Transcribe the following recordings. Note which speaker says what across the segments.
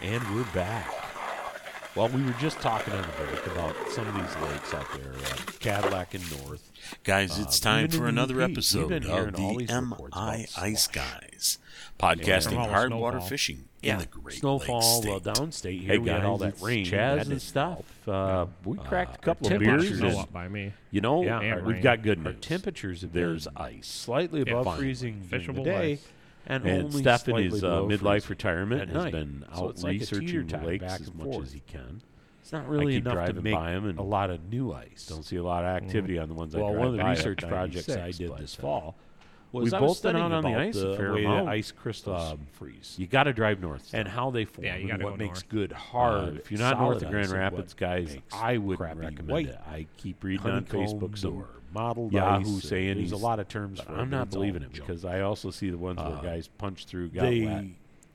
Speaker 1: And we're back. Well, we were just talking on the break about some of these lakes out there, uh, Cadillac and North.
Speaker 2: Guys,
Speaker 1: Uh,
Speaker 2: it's
Speaker 1: we've
Speaker 2: time
Speaker 1: been
Speaker 2: for
Speaker 1: in
Speaker 2: another
Speaker 1: UP. We've
Speaker 2: episode
Speaker 1: been
Speaker 2: of
Speaker 1: hearing all
Speaker 2: the
Speaker 1: these reports about
Speaker 2: MI Ice
Speaker 1: splash.
Speaker 2: Guys, podcasting
Speaker 3: From all the
Speaker 2: hard water
Speaker 3: snowfall.
Speaker 2: fishing in
Speaker 1: Yeah.
Speaker 2: the Great
Speaker 1: Snowfall
Speaker 2: Lakes
Speaker 1: uh,
Speaker 2: state.
Speaker 1: downstate here.
Speaker 4: Hey
Speaker 1: we had all
Speaker 4: guys,
Speaker 1: that
Speaker 4: it's
Speaker 1: rain.
Speaker 4: Chaz
Speaker 1: That
Speaker 4: and
Speaker 1: didn't
Speaker 4: stuff.
Speaker 1: help.
Speaker 4: Uh, we cracked a
Speaker 1: our
Speaker 4: couple of
Speaker 1: temperatures
Speaker 4: beers
Speaker 1: and- uh,
Speaker 3: up by me.
Speaker 4: You know,
Speaker 3: Yeah,
Speaker 4: our-
Speaker 3: and
Speaker 4: we've
Speaker 3: rain.
Speaker 4: got good
Speaker 1: Our
Speaker 4: news.
Speaker 1: temperators have
Speaker 4: There's
Speaker 1: been
Speaker 4: ice slightly
Speaker 3: Yeah,
Speaker 4: above
Speaker 3: finally.
Speaker 4: freezing during the
Speaker 3: Fishable
Speaker 4: day,
Speaker 3: ice.
Speaker 1: and,
Speaker 4: and
Speaker 1: only
Speaker 4: Steph in
Speaker 1: slightly
Speaker 4: his uh,
Speaker 1: below
Speaker 4: midlife
Speaker 1: freezing.
Speaker 4: retirement
Speaker 1: at
Speaker 4: has
Speaker 1: night.
Speaker 4: been
Speaker 1: So
Speaker 4: out
Speaker 1: it's like a
Speaker 4: researching the
Speaker 1: teeter-totter,
Speaker 4: lakes
Speaker 1: back
Speaker 4: as
Speaker 1: and
Speaker 4: much
Speaker 1: forth.
Speaker 4: as he can.
Speaker 1: It's not really
Speaker 4: keep
Speaker 1: enough to
Speaker 4: driving
Speaker 1: make
Speaker 4: by 'em and-
Speaker 1: a lot of new ice.
Speaker 4: Don't see a lot of activity on the ones I
Speaker 1: well,
Speaker 4: drive
Speaker 1: one of the
Speaker 4: by at
Speaker 1: research projects I
Speaker 4: 96,
Speaker 1: did
Speaker 4: but,
Speaker 1: this
Speaker 4: uh,
Speaker 1: fall
Speaker 4: we
Speaker 1: was I was
Speaker 4: both been
Speaker 1: studying
Speaker 4: out on the
Speaker 1: about
Speaker 4: ice a fair
Speaker 1: way
Speaker 4: amount.
Speaker 1: The ice crystals
Speaker 4: Um,
Speaker 1: freeze
Speaker 4: You got to drive north.
Speaker 1: and how they form
Speaker 3: Yeah, you
Speaker 1: and
Speaker 3: gotta
Speaker 1: what
Speaker 3: go
Speaker 1: makes
Speaker 3: north.
Speaker 1: good hard.
Speaker 4: Uh, if you're not north
Speaker 1: solid
Speaker 4: of Grand
Speaker 1: ice and what
Speaker 4: Rapids, guys,
Speaker 1: makes
Speaker 4: I wouldn't
Speaker 1: crap
Speaker 4: recommend
Speaker 1: white.
Speaker 4: it. I keep reading on Facebook
Speaker 1: Honeycombed
Speaker 4: some
Speaker 1: or mottled ice,
Speaker 4: Yahoo
Speaker 1: and
Speaker 4: saying
Speaker 1: there's a lot of terms for it,
Speaker 4: I'm
Speaker 1: but
Speaker 4: not
Speaker 1: it's all
Speaker 4: believing it
Speaker 1: junk.
Speaker 4: because I also see the ones where
Speaker 1: Uh,
Speaker 4: guys punch through, got wet.
Speaker 1: they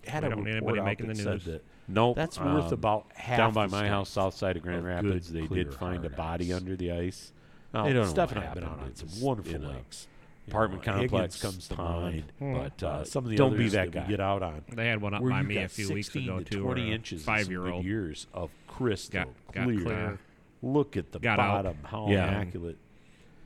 Speaker 1: had
Speaker 3: We
Speaker 1: a
Speaker 3: don't need
Speaker 1: report
Speaker 3: anybody
Speaker 1: out
Speaker 3: making
Speaker 1: that
Speaker 3: the
Speaker 1: said
Speaker 3: news.
Speaker 1: that
Speaker 4: Nope.
Speaker 1: that's worth
Speaker 4: um,
Speaker 1: about half
Speaker 4: down by
Speaker 1: the
Speaker 4: my
Speaker 1: stuff.
Speaker 4: house, south side of Grand
Speaker 1: of
Speaker 4: Rapids.
Speaker 1: good,
Speaker 4: they
Speaker 1: clear,
Speaker 4: did find a
Speaker 1: hard
Speaker 4: body
Speaker 1: ice.
Speaker 4: under the ice. Oh, Now,
Speaker 1: Now, Steph and
Speaker 4: Steph
Speaker 1: I have been out on some wonderful lakes. You know,
Speaker 4: apartment complex
Speaker 1: Higgins comes to
Speaker 4: pond,
Speaker 1: mind,
Speaker 4: but uh,
Speaker 1: Hmm. some of the
Speaker 4: don't be
Speaker 1: others
Speaker 4: that
Speaker 1: that
Speaker 4: guy.
Speaker 1: we get out on
Speaker 3: They had one up
Speaker 1: where
Speaker 3: by
Speaker 1: you
Speaker 3: me
Speaker 1: got
Speaker 3: a few weeks
Speaker 1: 16
Speaker 3: ago
Speaker 1: to
Speaker 3: too.
Speaker 1: 20
Speaker 3: where a
Speaker 1: inches in some good
Speaker 3: five-year-old.
Speaker 1: years of crystal
Speaker 3: Got- got
Speaker 1: clear.
Speaker 3: clear.
Speaker 1: Look at the
Speaker 3: Got out.
Speaker 1: bottom, how
Speaker 4: Yeah.
Speaker 1: immaculate.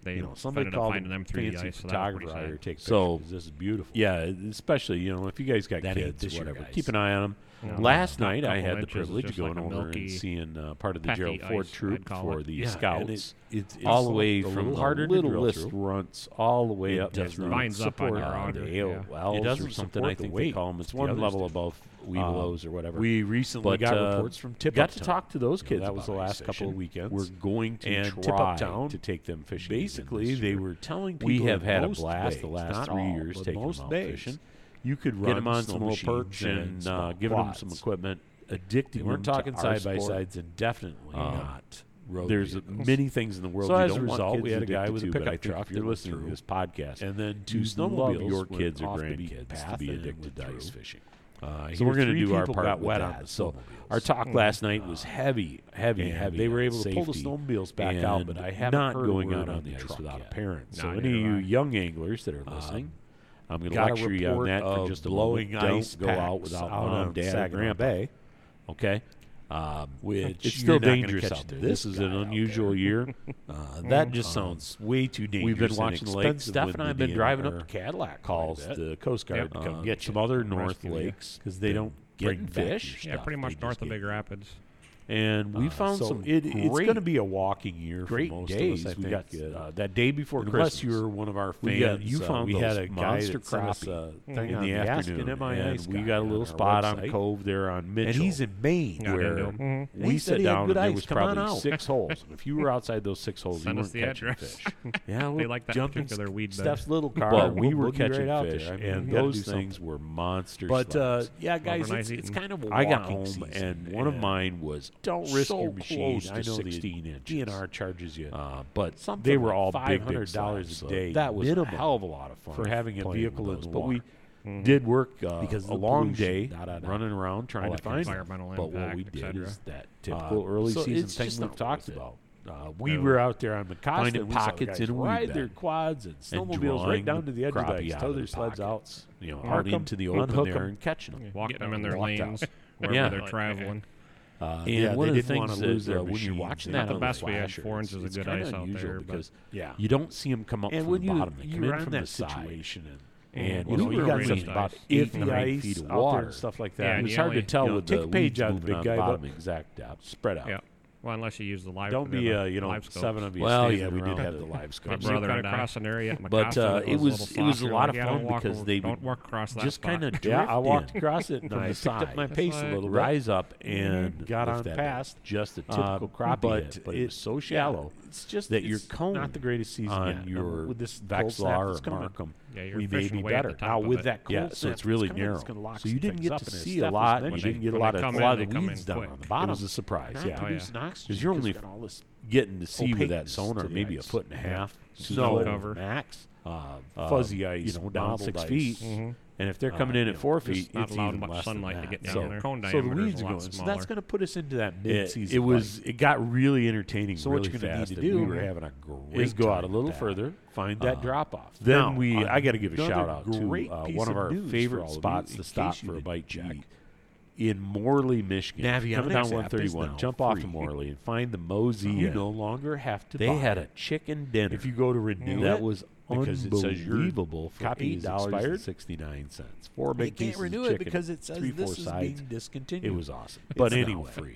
Speaker 3: They
Speaker 1: You know, somebody
Speaker 3: ended up
Speaker 1: called
Speaker 3: finding them
Speaker 1: them
Speaker 3: through
Speaker 1: fancy
Speaker 3: the ice. so that was
Speaker 1: photographer
Speaker 3: pretty
Speaker 1: out here to
Speaker 3: sad.
Speaker 1: take pictures.
Speaker 4: So-
Speaker 1: 'cause this is beautiful.
Speaker 4: Yeah, especially you know if you guys got
Speaker 1: That ain't
Speaker 4: kids
Speaker 1: this
Speaker 4: or
Speaker 1: year,
Speaker 4: whatever,
Speaker 1: guys.
Speaker 4: keep an eye on them.
Speaker 3: No.
Speaker 4: Last
Speaker 3: Not a
Speaker 4: night I
Speaker 3: couple
Speaker 4: had the
Speaker 3: inches, it's
Speaker 4: privilege of
Speaker 3: just
Speaker 4: going
Speaker 3: like a
Speaker 4: over
Speaker 3: milky,
Speaker 4: and seeing uh, part of the
Speaker 3: patty
Speaker 4: Gerald Ford
Speaker 3: ice, I'd
Speaker 4: troop
Speaker 3: call
Speaker 4: for
Speaker 3: it.
Speaker 4: the
Speaker 1: Yeah, and
Speaker 4: Scouts,
Speaker 1: it- it's- it's
Speaker 4: all the way
Speaker 1: a
Speaker 4: from
Speaker 1: little
Speaker 4: the
Speaker 1: harder to drill
Speaker 4: littlest
Speaker 1: through.
Speaker 4: runts all the way
Speaker 1: It
Speaker 4: up to
Speaker 1: does
Speaker 4: the
Speaker 1: not.
Speaker 3: Vines up on
Speaker 4: support,
Speaker 3: your
Speaker 4: uh,
Speaker 3: auger,
Speaker 4: the
Speaker 3: yeah.
Speaker 4: AOLs
Speaker 1: It doesn't
Speaker 4: or something.
Speaker 1: support
Speaker 4: I
Speaker 1: the
Speaker 4: think they
Speaker 1: weight.
Speaker 4: call them. It's
Speaker 1: The
Speaker 4: one
Speaker 1: others
Speaker 4: level
Speaker 1: do.
Speaker 4: above Weebelows or whatever.
Speaker 1: We recently
Speaker 4: but,
Speaker 1: got
Speaker 4: uh,
Speaker 1: reports from Tip
Speaker 4: Um, Got
Speaker 1: Up
Speaker 4: to
Speaker 1: Town.
Speaker 4: talk to those
Speaker 1: You know,
Speaker 4: kids.
Speaker 1: that was
Speaker 4: about
Speaker 1: the
Speaker 4: ice
Speaker 1: last couple
Speaker 4: fishing.
Speaker 1: of weekends.
Speaker 4: We're going to
Speaker 1: And
Speaker 4: try
Speaker 1: Tip Up Town,
Speaker 4: to take them fishing. again
Speaker 1: Basically,
Speaker 4: this
Speaker 1: they
Speaker 4: year.
Speaker 1: were telling people
Speaker 4: we have
Speaker 1: in
Speaker 4: had a
Speaker 1: most
Speaker 4: blast the
Speaker 1: bays,
Speaker 4: last
Speaker 1: not
Speaker 4: three
Speaker 1: all,
Speaker 4: years
Speaker 1: but
Speaker 4: taking
Speaker 1: most
Speaker 4: them out
Speaker 1: bays,
Speaker 4: fishing. You could
Speaker 1: Get
Speaker 4: run
Speaker 1: them on
Speaker 4: snow
Speaker 1: some little
Speaker 4: machines
Speaker 1: perch
Speaker 4: and,
Speaker 1: and
Speaker 4: uh,
Speaker 1: small
Speaker 4: giving them some
Speaker 1: quads.
Speaker 4: equipment, addicting
Speaker 1: We weren't
Speaker 4: them to
Speaker 1: talking
Speaker 4: our
Speaker 1: side by
Speaker 4: sport.
Speaker 1: sides and definitely
Speaker 4: Um,
Speaker 1: not road.
Speaker 4: There's
Speaker 1: vehicles.
Speaker 4: many things in the world.
Speaker 1: So
Speaker 4: you
Speaker 1: as a
Speaker 4: don't want
Speaker 1: result,
Speaker 4: kids
Speaker 1: we had a guy
Speaker 4: addicted
Speaker 1: with a
Speaker 4: to, but I
Speaker 1: pickup
Speaker 4: think
Speaker 1: truck
Speaker 4: If you're
Speaker 1: that went
Speaker 4: listening to
Speaker 1: through.
Speaker 4: this podcast,
Speaker 1: and then two
Speaker 4: you love
Speaker 1: snowmobiles
Speaker 4: your
Speaker 1: went
Speaker 4: kids or
Speaker 1: off the beaten
Speaker 4: grandkids to
Speaker 1: path
Speaker 4: be
Speaker 1: and
Speaker 4: addicted to
Speaker 1: went
Speaker 4: ice
Speaker 1: through.
Speaker 4: fishing.
Speaker 1: Uh,
Speaker 4: So we're
Speaker 1: going to
Speaker 4: do our part
Speaker 1: got
Speaker 4: with
Speaker 1: wet
Speaker 4: that.
Speaker 1: on the
Speaker 4: So
Speaker 1: snowmobiles.
Speaker 4: our talk last night was heavy, heavy,
Speaker 1: and
Speaker 4: heavy.
Speaker 1: They were
Speaker 4: on
Speaker 1: able to pull the
Speaker 4: safety
Speaker 1: snowmobiles back out,
Speaker 4: and
Speaker 1: but I haven't
Speaker 4: not
Speaker 1: heard a
Speaker 4: going
Speaker 1: word
Speaker 4: out
Speaker 1: on
Speaker 4: on the
Speaker 1: the
Speaker 4: ice
Speaker 1: truck
Speaker 4: without a
Speaker 1: yet.
Speaker 4: parent. so any
Speaker 3: No,
Speaker 4: of
Speaker 3: neither
Speaker 4: you
Speaker 3: have I.
Speaker 4: young anglers that are listening, I'm going to
Speaker 1: got a
Speaker 4: lecture you on
Speaker 1: report
Speaker 4: that for
Speaker 1: of
Speaker 4: just a
Speaker 1: blowing
Speaker 4: moment. Don't
Speaker 1: ice
Speaker 4: go out
Speaker 1: packs
Speaker 4: without
Speaker 1: out
Speaker 4: mom,
Speaker 1: on
Speaker 4: dad, or
Speaker 1: Saginaw
Speaker 4: grandpa.
Speaker 1: Bay.
Speaker 4: Okay. Um,
Speaker 1: Which
Speaker 4: it's
Speaker 1: you're
Speaker 4: still
Speaker 1: not gonna
Speaker 4: dangerous
Speaker 1: catch
Speaker 4: out there. This,
Speaker 1: this
Speaker 4: is an
Speaker 1: guy out
Speaker 4: unusual
Speaker 1: there.
Speaker 4: year.
Speaker 1: Uh, that just sounds way too dangerous.
Speaker 4: Mm-hmm. Um, We've been
Speaker 1: and
Speaker 4: watching the lakes.
Speaker 1: expensive
Speaker 4: Steph
Speaker 1: when
Speaker 4: and I have
Speaker 1: the
Speaker 4: been driving up
Speaker 1: DNR
Speaker 4: to Cadillac. Calls
Speaker 1: quite a bit.
Speaker 4: the Coast Guard
Speaker 1: Yep.
Speaker 4: to come
Speaker 1: Uh,
Speaker 4: get some other
Speaker 3: rescue
Speaker 4: north
Speaker 3: you.
Speaker 4: lakes because they don't
Speaker 1: bring
Speaker 4: get
Speaker 1: back your
Speaker 4: fish.
Speaker 3: Yeah,
Speaker 1: stuff.
Speaker 3: pretty
Speaker 1: They
Speaker 3: much north
Speaker 1: just
Speaker 3: of
Speaker 1: get-
Speaker 3: Big Rapids.
Speaker 4: And we
Speaker 1: Uh,
Speaker 4: found
Speaker 1: so
Speaker 4: some.
Speaker 1: It, it's
Speaker 4: great-
Speaker 1: going to be a walking year
Speaker 4: great
Speaker 1: for most
Speaker 4: days.
Speaker 1: of us. I
Speaker 4: we
Speaker 1: think.
Speaker 4: got
Speaker 1: uh,
Speaker 4: uh, that day before
Speaker 1: unless
Speaker 4: Christmas.
Speaker 1: you're one of our fans,
Speaker 4: we got, you
Speaker 1: uh,
Speaker 4: found
Speaker 1: we
Speaker 4: those
Speaker 1: had a
Speaker 4: monster
Speaker 1: guy that sent us uh,
Speaker 4: crappie
Speaker 1: a
Speaker 4: thing
Speaker 1: thing
Speaker 4: in
Speaker 1: on
Speaker 4: the
Speaker 1: Ask
Speaker 4: afternoon,
Speaker 1: an MIA
Speaker 4: and
Speaker 1: guy
Speaker 4: we got a
Speaker 1: on
Speaker 4: little
Speaker 1: our
Speaker 4: spot on
Speaker 1: website.
Speaker 4: Cove there on Mitchell,
Speaker 1: and he's in Maine.
Speaker 3: Yeah, I
Speaker 4: where
Speaker 3: know. Mhm.
Speaker 1: And
Speaker 4: we
Speaker 1: he said
Speaker 4: sat
Speaker 1: he had
Speaker 4: down
Speaker 1: good
Speaker 4: and there
Speaker 1: ice.
Speaker 4: was
Speaker 1: Come on
Speaker 4: probably
Speaker 1: out.
Speaker 4: six holes. And if you were outside those six holes,
Speaker 3: Send
Speaker 4: you weren't
Speaker 3: us the
Speaker 4: catching
Speaker 3: address.
Speaker 4: fish. Yeah,
Speaker 3: They like that
Speaker 4: jumping
Speaker 3: particular weed bed.
Speaker 4: Steph's little car.
Speaker 1: But
Speaker 4: we'll
Speaker 1: we were
Speaker 4: boogie right
Speaker 1: catching
Speaker 4: out
Speaker 1: fish,
Speaker 4: there. I mean,
Speaker 1: and
Speaker 4: you gotta
Speaker 1: those
Speaker 4: do something.
Speaker 1: things were monster.
Speaker 4: But uh,
Speaker 1: slabs. yeah, guys,
Speaker 3: Overnight
Speaker 1: it's, it's
Speaker 3: eating.
Speaker 1: kind of a
Speaker 4: I got
Speaker 1: walking
Speaker 4: home
Speaker 1: season,
Speaker 4: and one of mine was
Speaker 1: Don't risk your machine. I know the
Speaker 4: 16 inches.
Speaker 1: DNR charges you,
Speaker 4: uh, but
Speaker 1: something
Speaker 4: they were
Speaker 1: like
Speaker 4: all big, big
Speaker 1: $500
Speaker 4: slabs,
Speaker 1: a
Speaker 4: so
Speaker 1: day
Speaker 4: That was
Speaker 1: minimum
Speaker 4: a hell of a lot of fun
Speaker 1: for having a
Speaker 4: playing with
Speaker 1: vehicle in
Speaker 4: those.
Speaker 1: the
Speaker 4: But we
Speaker 1: water. Mm-hmm.
Speaker 4: did work uh,
Speaker 1: Because of
Speaker 4: a
Speaker 1: the
Speaker 4: long
Speaker 1: pollution,
Speaker 4: day
Speaker 1: da, da, da.
Speaker 4: running around
Speaker 1: All
Speaker 4: trying to
Speaker 1: that kind
Speaker 4: find
Speaker 1: of
Speaker 4: them.
Speaker 3: environmental
Speaker 4: But what
Speaker 3: impact,
Speaker 4: we
Speaker 3: et
Speaker 4: did
Speaker 3: cetera.
Speaker 4: is that typical early
Speaker 1: Uh, so
Speaker 4: season
Speaker 1: it's
Speaker 4: thing
Speaker 1: just
Speaker 4: we've
Speaker 1: not
Speaker 4: talked
Speaker 1: worth it.
Speaker 4: about. Uh, we
Speaker 1: No.
Speaker 4: were out there on Macosta Finding and we saw pockets
Speaker 1: guys
Speaker 4: in a weed
Speaker 1: ride their
Speaker 4: bed.
Speaker 1: quads and
Speaker 4: and
Speaker 1: snowmobiles
Speaker 4: drawing
Speaker 1: right down to the edge of
Speaker 4: crappie
Speaker 1: the ice,
Speaker 4: out
Speaker 1: throw
Speaker 4: of
Speaker 1: their
Speaker 4: the
Speaker 1: sleds out,
Speaker 4: pockets, you know,
Speaker 1: park
Speaker 4: out
Speaker 1: 'em,
Speaker 4: into the open
Speaker 1: unhook 'em.
Speaker 4: there and catching them.
Speaker 3: Walk
Speaker 4: Walking
Speaker 3: them in their lanes, wherever
Speaker 4: Yeah.
Speaker 3: they're traveling.
Speaker 4: Uh,
Speaker 1: And
Speaker 4: yeah,
Speaker 1: one
Speaker 4: they
Speaker 1: of the
Speaker 4: didn't want
Speaker 1: things
Speaker 4: to lose
Speaker 1: that,
Speaker 4: their
Speaker 1: uh, when you're
Speaker 4: machines.
Speaker 1: watching
Speaker 4: They're
Speaker 1: that
Speaker 4: not
Speaker 1: on the
Speaker 4: the best we
Speaker 3: had.
Speaker 4: flasher,
Speaker 3: Four inches
Speaker 4: it's-
Speaker 3: of
Speaker 4: it's
Speaker 3: good
Speaker 4: kinda
Speaker 3: ice out
Speaker 4: unusual
Speaker 3: there, but-
Speaker 4: because
Speaker 1: Yeah.
Speaker 4: you don't see them come up
Speaker 1: and
Speaker 4: from
Speaker 1: when
Speaker 4: the
Speaker 1: you,
Speaker 4: bottom. They
Speaker 1: you
Speaker 4: come
Speaker 1: were
Speaker 4: in
Speaker 1: on
Speaker 4: from
Speaker 1: that
Speaker 4: the side.
Speaker 1: situation and
Speaker 4: And
Speaker 3: Well,
Speaker 1: we
Speaker 3: no, you
Speaker 1: were
Speaker 3: got
Speaker 1: on
Speaker 3: some
Speaker 1: something
Speaker 3: about
Speaker 1: about
Speaker 3: eight
Speaker 1: eight
Speaker 3: and a half
Speaker 1: ice
Speaker 4: feet of
Speaker 1: out there
Speaker 4: water.
Speaker 1: and stuff like
Speaker 3: Yeah,
Speaker 1: that.
Speaker 3: and
Speaker 1: it was
Speaker 3: you
Speaker 1: hard to
Speaker 3: only-
Speaker 1: tell
Speaker 4: you know,
Speaker 1: with
Speaker 4: take
Speaker 1: the
Speaker 4: a page
Speaker 1: weeds
Speaker 4: out of
Speaker 1: moving
Speaker 4: the big
Speaker 1: on
Speaker 4: guy, but-
Speaker 1: bottom exact depth, spread out.
Speaker 3: Yeah. Well, unless you use the live.
Speaker 4: Don't
Speaker 3: the
Speaker 4: be, uh, you know,
Speaker 3: live scopes.
Speaker 4: seven of you.
Speaker 1: Well,
Speaker 4: standing
Speaker 1: yeah, we did
Speaker 4: around
Speaker 1: have
Speaker 4: the-
Speaker 1: the live
Speaker 3: My
Speaker 1: scope.
Speaker 4: But you
Speaker 3: brother
Speaker 4: gotta
Speaker 3: and I crossed an area at
Speaker 4: But,
Speaker 3: Macosta
Speaker 4: uh,
Speaker 3: that
Speaker 4: it
Speaker 3: a
Speaker 4: was-
Speaker 3: little
Speaker 4: it was a
Speaker 3: softer.
Speaker 4: lot of
Speaker 3: Yeah, don't
Speaker 4: fun
Speaker 3: walk
Speaker 4: because
Speaker 3: over-
Speaker 4: they
Speaker 3: don't
Speaker 4: would
Speaker 3: walk across that
Speaker 4: just
Speaker 3: spot.
Speaker 4: kind of
Speaker 1: Yeah, I walked
Speaker 4: in.
Speaker 1: across it and
Speaker 4: From
Speaker 1: I
Speaker 4: the
Speaker 1: picked up
Speaker 4: side.
Speaker 1: my pace a
Speaker 3: like-
Speaker 1: little, bit,
Speaker 4: rise up and
Speaker 1: got
Speaker 4: lift
Speaker 1: on
Speaker 4: that
Speaker 1: past.
Speaker 4: bait. just a
Speaker 1: uh,
Speaker 4: typical crappie,
Speaker 1: but
Speaker 4: hit, but it was so shallow.
Speaker 1: yeah, it's just
Speaker 4: that your
Speaker 1: it's
Speaker 4: cone
Speaker 1: not the greatest season
Speaker 4: on
Speaker 1: yet. And
Speaker 4: your
Speaker 1: with this cold snap
Speaker 4: Vexlar
Speaker 1: that's
Speaker 4: or
Speaker 1: coming.
Speaker 4: Markham,
Speaker 3: Yeah, you're
Speaker 4: we may
Speaker 3: fishing
Speaker 4: be
Speaker 3: way at the
Speaker 4: better.
Speaker 3: top
Speaker 4: Now
Speaker 3: of
Speaker 4: with
Speaker 3: it.
Speaker 4: that cold
Speaker 1: yeah,
Speaker 4: snap
Speaker 1: so it's
Speaker 4: that's
Speaker 1: really
Speaker 4: coming,
Speaker 1: narrow.
Speaker 4: it's gonna lock
Speaker 1: so you
Speaker 4: some
Speaker 1: didn't
Speaker 4: things
Speaker 1: get
Speaker 4: up,
Speaker 1: to
Speaker 4: and as
Speaker 1: see
Speaker 4: Steph
Speaker 1: a
Speaker 4: was
Speaker 1: lot. and You
Speaker 3: mentioning,
Speaker 1: didn't get a
Speaker 3: when
Speaker 1: lot
Speaker 3: they
Speaker 1: of
Speaker 3: come
Speaker 1: a
Speaker 3: in,
Speaker 1: lot
Speaker 3: they
Speaker 1: of the
Speaker 3: come in
Speaker 1: weeds down
Speaker 3: quick.
Speaker 1: on the
Speaker 3: It
Speaker 1: bottom.
Speaker 4: was a surprise.
Speaker 1: Not
Speaker 4: Yeah,
Speaker 3: Oh, yeah.
Speaker 1: producing oxygen
Speaker 4: because you're
Speaker 1: 'cause
Speaker 4: only
Speaker 1: got all this
Speaker 4: getting to see with that
Speaker 1: opaqueness to
Speaker 4: sonar
Speaker 1: the
Speaker 4: maybe a
Speaker 1: ice.
Speaker 4: foot and a half
Speaker 3: Snow
Speaker 4: snow
Speaker 3: cover.
Speaker 4: max, uh,
Speaker 1: um,
Speaker 4: fuzzy ice,
Speaker 1: you know, down
Speaker 4: mottled
Speaker 1: six
Speaker 4: ice.
Speaker 1: feet,
Speaker 3: Mhm.
Speaker 4: and if they're
Speaker 1: Uh,
Speaker 4: coming in
Speaker 1: you
Speaker 4: at
Speaker 1: know,
Speaker 4: four
Speaker 3: just
Speaker 4: feet,
Speaker 3: not
Speaker 4: it's
Speaker 3: allowed
Speaker 4: even
Speaker 3: much
Speaker 4: less than
Speaker 3: sunlight to
Speaker 4: that.
Speaker 3: get down
Speaker 4: so,
Speaker 3: there. Cone
Speaker 4: so the
Speaker 3: diameter is
Speaker 4: weeds are
Speaker 3: a
Speaker 4: going.
Speaker 3: lot
Speaker 4: So that's
Speaker 3: smaller.
Speaker 4: going to put us into that
Speaker 1: It,
Speaker 4: mid-season.
Speaker 1: it was.
Speaker 4: bite.
Speaker 1: It got really entertaining.
Speaker 4: So what
Speaker 1: really
Speaker 4: you're gonna need
Speaker 1: fast,
Speaker 4: to
Speaker 1: and we
Speaker 4: do
Speaker 1: were having a great
Speaker 4: is go out
Speaker 1: time
Speaker 4: a
Speaker 1: at
Speaker 4: little
Speaker 1: that.
Speaker 4: further, find that
Speaker 1: Uh,
Speaker 4: drop off.
Speaker 1: Then
Speaker 4: Now,
Speaker 1: we,
Speaker 4: uh,
Speaker 1: I got to give a
Speaker 4: another shout out to
Speaker 1: great
Speaker 4: uh,
Speaker 1: piece
Speaker 4: one of
Speaker 1: of
Speaker 4: our
Speaker 1: news for all
Speaker 4: favorite
Speaker 1: of you,
Speaker 4: spots
Speaker 1: in
Speaker 4: to stop
Speaker 1: case you
Speaker 4: for a
Speaker 1: didn't
Speaker 4: bite to
Speaker 1: check.
Speaker 4: eat in Morley, Michigan.
Speaker 1: Navionics
Speaker 4: Come down
Speaker 1: app is
Speaker 4: 131.
Speaker 1: now
Speaker 4: Jump off
Speaker 1: free.
Speaker 4: to Morley and find the Mosey.
Speaker 1: You
Speaker 4: Inn.
Speaker 1: no longer have to.
Speaker 4: They
Speaker 1: buy
Speaker 4: had
Speaker 1: it.
Speaker 4: a chicken dinner.
Speaker 1: If you go to renew
Speaker 4: that
Speaker 1: it,
Speaker 4: was
Speaker 1: because it says your
Speaker 4: unbelievable for
Speaker 1: copy
Speaker 4: eight
Speaker 1: is
Speaker 4: dollars
Speaker 1: expired.
Speaker 4: and sixty nine cents. Four
Speaker 1: they
Speaker 4: big
Speaker 1: can't
Speaker 4: pieces of
Speaker 1: renew it
Speaker 4: chicken,
Speaker 1: because it says
Speaker 4: three,
Speaker 1: this
Speaker 4: four
Speaker 1: is
Speaker 4: sides.
Speaker 1: being discontinued.
Speaker 4: It was awesome. But
Speaker 1: now
Speaker 4: anyway,
Speaker 1: free.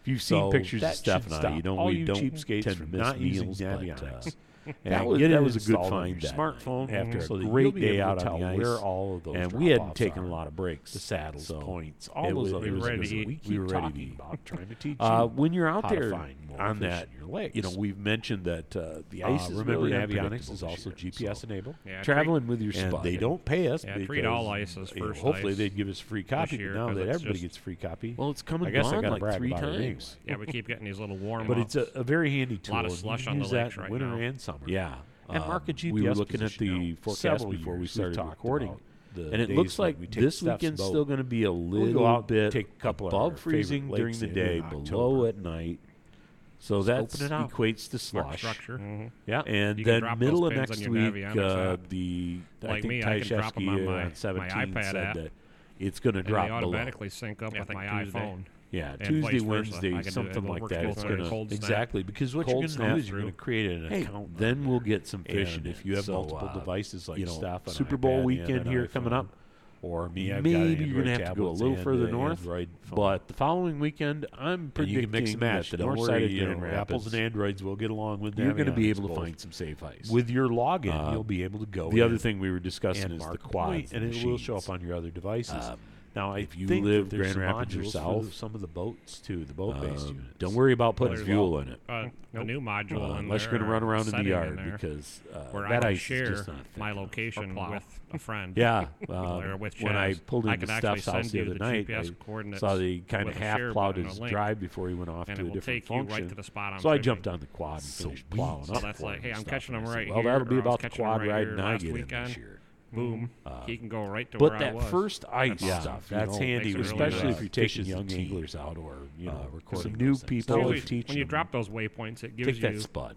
Speaker 4: if you've seen
Speaker 1: So
Speaker 4: pictures
Speaker 1: that
Speaker 4: of Steph
Speaker 1: should
Speaker 4: and I,
Speaker 1: stop
Speaker 4: you know
Speaker 1: all
Speaker 4: we
Speaker 1: you
Speaker 4: don't
Speaker 1: cheapskates
Speaker 4: tend to
Speaker 1: from
Speaker 4: miss
Speaker 1: not using
Speaker 4: meals, but,
Speaker 1: Navionics.
Speaker 4: uh,
Speaker 1: That
Speaker 4: and
Speaker 1: was-
Speaker 4: get
Speaker 1: that
Speaker 4: it
Speaker 1: was a good
Speaker 4: installed on
Speaker 1: find
Speaker 4: your
Speaker 1: that
Speaker 4: smartphone
Speaker 1: night.
Speaker 4: after
Speaker 1: mm, So that
Speaker 4: a
Speaker 1: you'll
Speaker 4: great
Speaker 1: be able
Speaker 4: day
Speaker 1: to
Speaker 4: out
Speaker 1: tell
Speaker 4: on the ice.
Speaker 1: where all of those
Speaker 4: and we hadn't
Speaker 1: drop-offs
Speaker 4: taken
Speaker 1: are.
Speaker 4: a lot of breaks.
Speaker 1: the saddles,
Speaker 4: so
Speaker 1: points, all
Speaker 4: it
Speaker 1: those
Speaker 4: was-
Speaker 1: other
Speaker 4: it was
Speaker 3: ready to
Speaker 1: things that
Speaker 3: eat.
Speaker 1: we
Speaker 4: We
Speaker 1: keep
Speaker 4: were ready to
Speaker 1: talking
Speaker 4: eat.
Speaker 1: about trying to teach
Speaker 4: Uh,
Speaker 1: you
Speaker 4: when you're out
Speaker 1: how to
Speaker 4: there
Speaker 1: find more
Speaker 4: on
Speaker 1: fish
Speaker 4: that,
Speaker 1: in your lakes.
Speaker 4: you know, we've mentioned that uh, the
Speaker 1: Uh,
Speaker 4: ice is
Speaker 1: remember
Speaker 4: really
Speaker 1: Navionics
Speaker 4: unpredictable
Speaker 1: is
Speaker 4: this
Speaker 1: also
Speaker 4: year,
Speaker 1: GPS
Speaker 4: so-
Speaker 1: enabled.
Speaker 3: Yeah, treat-
Speaker 4: traveling with your
Speaker 1: and
Speaker 4: spot.
Speaker 1: they don't pay us
Speaker 3: Yeah,
Speaker 1: because
Speaker 3: treat all ice is
Speaker 1: you know,
Speaker 3: first
Speaker 1: hopefully
Speaker 3: ice
Speaker 1: they'd give us free copy,
Speaker 3: year,
Speaker 1: but now
Speaker 3: 'cause
Speaker 1: that
Speaker 3: it's
Speaker 1: everybody
Speaker 3: just-
Speaker 1: gets free copy,
Speaker 4: Well, it's coming
Speaker 1: I guess I
Speaker 4: gone
Speaker 1: gotta
Speaker 4: like
Speaker 1: brag
Speaker 4: three
Speaker 1: about it
Speaker 4: times.
Speaker 1: anyway.
Speaker 3: Yeah, we keep getting these little warm
Speaker 1: but it's a, a very handy tool.
Speaker 3: Lot of
Speaker 1: and you
Speaker 3: slush
Speaker 1: can
Speaker 3: on the
Speaker 1: use that
Speaker 3: lakes
Speaker 1: in
Speaker 3: right
Speaker 1: winter
Speaker 3: now.
Speaker 1: and summer.
Speaker 4: Yeah.
Speaker 1: And
Speaker 4: um,
Speaker 1: mark a
Speaker 4: We were
Speaker 1: GPS
Speaker 4: looking at
Speaker 1: position
Speaker 4: the
Speaker 1: now.
Speaker 4: forecast
Speaker 1: Several
Speaker 4: before we
Speaker 1: years we've
Speaker 4: started
Speaker 1: talked
Speaker 4: recording.
Speaker 1: about the
Speaker 4: and it
Speaker 1: days
Speaker 4: looks
Speaker 1: when
Speaker 4: like
Speaker 1: we take
Speaker 4: this
Speaker 1: steps
Speaker 4: weekend's
Speaker 1: about-
Speaker 4: still going to be a
Speaker 1: go
Speaker 4: little
Speaker 1: out,
Speaker 4: bit
Speaker 1: take a couple of our
Speaker 4: above
Speaker 1: favorite
Speaker 4: freezing
Speaker 1: lakes
Speaker 4: during the
Speaker 1: in
Speaker 4: day,
Speaker 1: October.
Speaker 4: below at night. So that
Speaker 1: open it up.
Speaker 4: equates to
Speaker 3: Mark
Speaker 4: slush.
Speaker 3: structure.
Speaker 1: Yeah.
Speaker 4: And
Speaker 3: You can
Speaker 4: then
Speaker 3: drop those
Speaker 4: middle of
Speaker 3: pins
Speaker 4: next
Speaker 3: on your
Speaker 4: week,
Speaker 3: Navionics
Speaker 4: uh,
Speaker 3: app.
Speaker 4: the I
Speaker 3: Like
Speaker 4: think
Speaker 3: me, I can drop 'em on
Speaker 4: Tyshevsky, uh,
Speaker 3: my- my
Speaker 4: 17
Speaker 3: iPad
Speaker 4: said
Speaker 3: app.
Speaker 4: that it's going to
Speaker 3: And
Speaker 4: drop
Speaker 3: they
Speaker 4: below.
Speaker 3: automatically sync up
Speaker 2: Yeah, I
Speaker 3: with
Speaker 2: think
Speaker 3: my
Speaker 2: Tuesday.
Speaker 3: iPhone.
Speaker 4: Yeah,
Speaker 3: and
Speaker 4: Tuesday,
Speaker 3: vice versa. I
Speaker 4: Wednesday,
Speaker 3: can do it.
Speaker 4: something
Speaker 3: It'll
Speaker 4: like
Speaker 3: work
Speaker 4: that.
Speaker 3: both
Speaker 4: It's
Speaker 3: ways.
Speaker 4: going to
Speaker 3: Cold snap.
Speaker 4: exactly because what
Speaker 3: Cold
Speaker 4: you're going to do is
Speaker 3: snap
Speaker 4: you're
Speaker 3: through.
Speaker 4: going to create an
Speaker 1: Hey,
Speaker 4: account. Then we'll get some fish, and
Speaker 1: And
Speaker 4: if you have
Speaker 1: so,
Speaker 4: multiple
Speaker 1: uh,
Speaker 4: devices like
Speaker 1: you know,
Speaker 4: stuff, an
Speaker 1: Super Bowl
Speaker 4: iPad and
Speaker 1: weekend
Speaker 4: an
Speaker 1: here coming
Speaker 4: iPhone,
Speaker 1: up,
Speaker 4: or me, I've got
Speaker 1: maybe
Speaker 4: an
Speaker 1: you're gonna have
Speaker 4: Android
Speaker 1: to go a
Speaker 4: tablets
Speaker 1: little
Speaker 4: and
Speaker 1: further
Speaker 4: a
Speaker 1: north,
Speaker 4: Android phone.
Speaker 1: but the following weekend,
Speaker 4: I'm
Speaker 1: And you
Speaker 4: predicting
Speaker 1: can mix and match.
Speaker 4: that the
Speaker 1: Don't
Speaker 4: north
Speaker 1: worry,
Speaker 4: side of
Speaker 1: you know,
Speaker 4: Grand Rapids,
Speaker 1: apples and
Speaker 4: androids will get along with.
Speaker 1: you're going to be
Speaker 4: Navionics
Speaker 1: able to
Speaker 4: both.
Speaker 1: find some safe ice.
Speaker 4: with your login.
Speaker 1: Uh,
Speaker 4: you'll be able to go.
Speaker 1: the
Speaker 4: in
Speaker 1: other thing we were discussing
Speaker 4: and
Speaker 1: is the
Speaker 4: mark the
Speaker 1: quads,
Speaker 4: point, and it will show
Speaker 1: machines.
Speaker 4: up on your other devices.
Speaker 1: Um,
Speaker 4: now, I
Speaker 1: if you
Speaker 4: think that
Speaker 1: live Grand
Speaker 4: there's some
Speaker 1: Rapids
Speaker 4: modules for
Speaker 1: yourself,
Speaker 4: the- some of the boats too, the boat-based
Speaker 1: Um,
Speaker 4: units.
Speaker 1: don't worry about putting
Speaker 3: Well,
Speaker 1: fuel in it.
Speaker 3: Uh, A new module
Speaker 4: Uh,
Speaker 3: in
Speaker 4: unless you're going
Speaker 3: there
Speaker 4: to
Speaker 3: or
Speaker 4: run around in the
Speaker 3: setting
Speaker 4: yard
Speaker 3: there
Speaker 4: because uh,
Speaker 3: where
Speaker 4: that
Speaker 3: I can
Speaker 4: ice is
Speaker 3: share
Speaker 4: just not thick
Speaker 3: my
Speaker 4: enough.
Speaker 3: location with a friend.
Speaker 4: Yeah,
Speaker 3: Or
Speaker 4: um,
Speaker 3: with
Speaker 4: when I
Speaker 3: Chaz,
Speaker 4: pulled
Speaker 3: I
Speaker 4: into
Speaker 3: can actually
Speaker 4: Steph's house
Speaker 3: send
Speaker 4: the
Speaker 3: you
Speaker 4: other
Speaker 3: the
Speaker 4: night,
Speaker 3: GPS
Speaker 4: I
Speaker 3: coordinates
Speaker 4: saw that he kind of
Speaker 3: with a
Speaker 4: half
Speaker 3: share
Speaker 4: plowed
Speaker 3: button, a
Speaker 4: his
Speaker 3: link,
Speaker 4: drive before he went off
Speaker 3: and
Speaker 4: to
Speaker 3: it
Speaker 4: a
Speaker 3: will
Speaker 4: different
Speaker 3: take you right
Speaker 4: function.
Speaker 3: to the spot I'm
Speaker 4: so I
Speaker 3: fishing.
Speaker 4: jumped on the quad and
Speaker 1: So
Speaker 4: finished plowing
Speaker 1: weird.
Speaker 4: up.
Speaker 3: So that's
Speaker 4: for
Speaker 3: like,
Speaker 4: him
Speaker 3: hey,
Speaker 4: and
Speaker 3: I'm
Speaker 4: stuff.
Speaker 3: catching
Speaker 4: And I
Speaker 3: 'em
Speaker 4: said,
Speaker 3: right
Speaker 4: Well,
Speaker 3: here,
Speaker 4: that'll be
Speaker 3: or I was
Speaker 4: about the
Speaker 3: catching 'em
Speaker 4: quad
Speaker 3: right
Speaker 4: ride
Speaker 3: here
Speaker 4: and I
Speaker 3: last
Speaker 4: get in this
Speaker 3: weekend.
Speaker 4: year.
Speaker 3: Boom. he can go right to
Speaker 4: Uh, But
Speaker 3: where I
Speaker 4: that
Speaker 3: was.
Speaker 4: first ice
Speaker 3: That's awesome.
Speaker 4: stuff,
Speaker 1: You
Speaker 4: that's
Speaker 1: know,
Speaker 4: handy,
Speaker 3: makes it really
Speaker 4: especially
Speaker 3: good.
Speaker 4: if you're
Speaker 1: Takes
Speaker 4: taking
Speaker 1: as a
Speaker 4: young
Speaker 1: team.
Speaker 4: anglers out or you
Speaker 1: Uh,
Speaker 4: know,
Speaker 1: recording
Speaker 4: some
Speaker 1: those
Speaker 4: new
Speaker 1: things.
Speaker 4: people.
Speaker 1: Totally.
Speaker 3: Usually,
Speaker 4: and teach
Speaker 3: when you
Speaker 4: them.
Speaker 3: drop those waypoints, it gives
Speaker 4: take that
Speaker 3: you
Speaker 4: spud.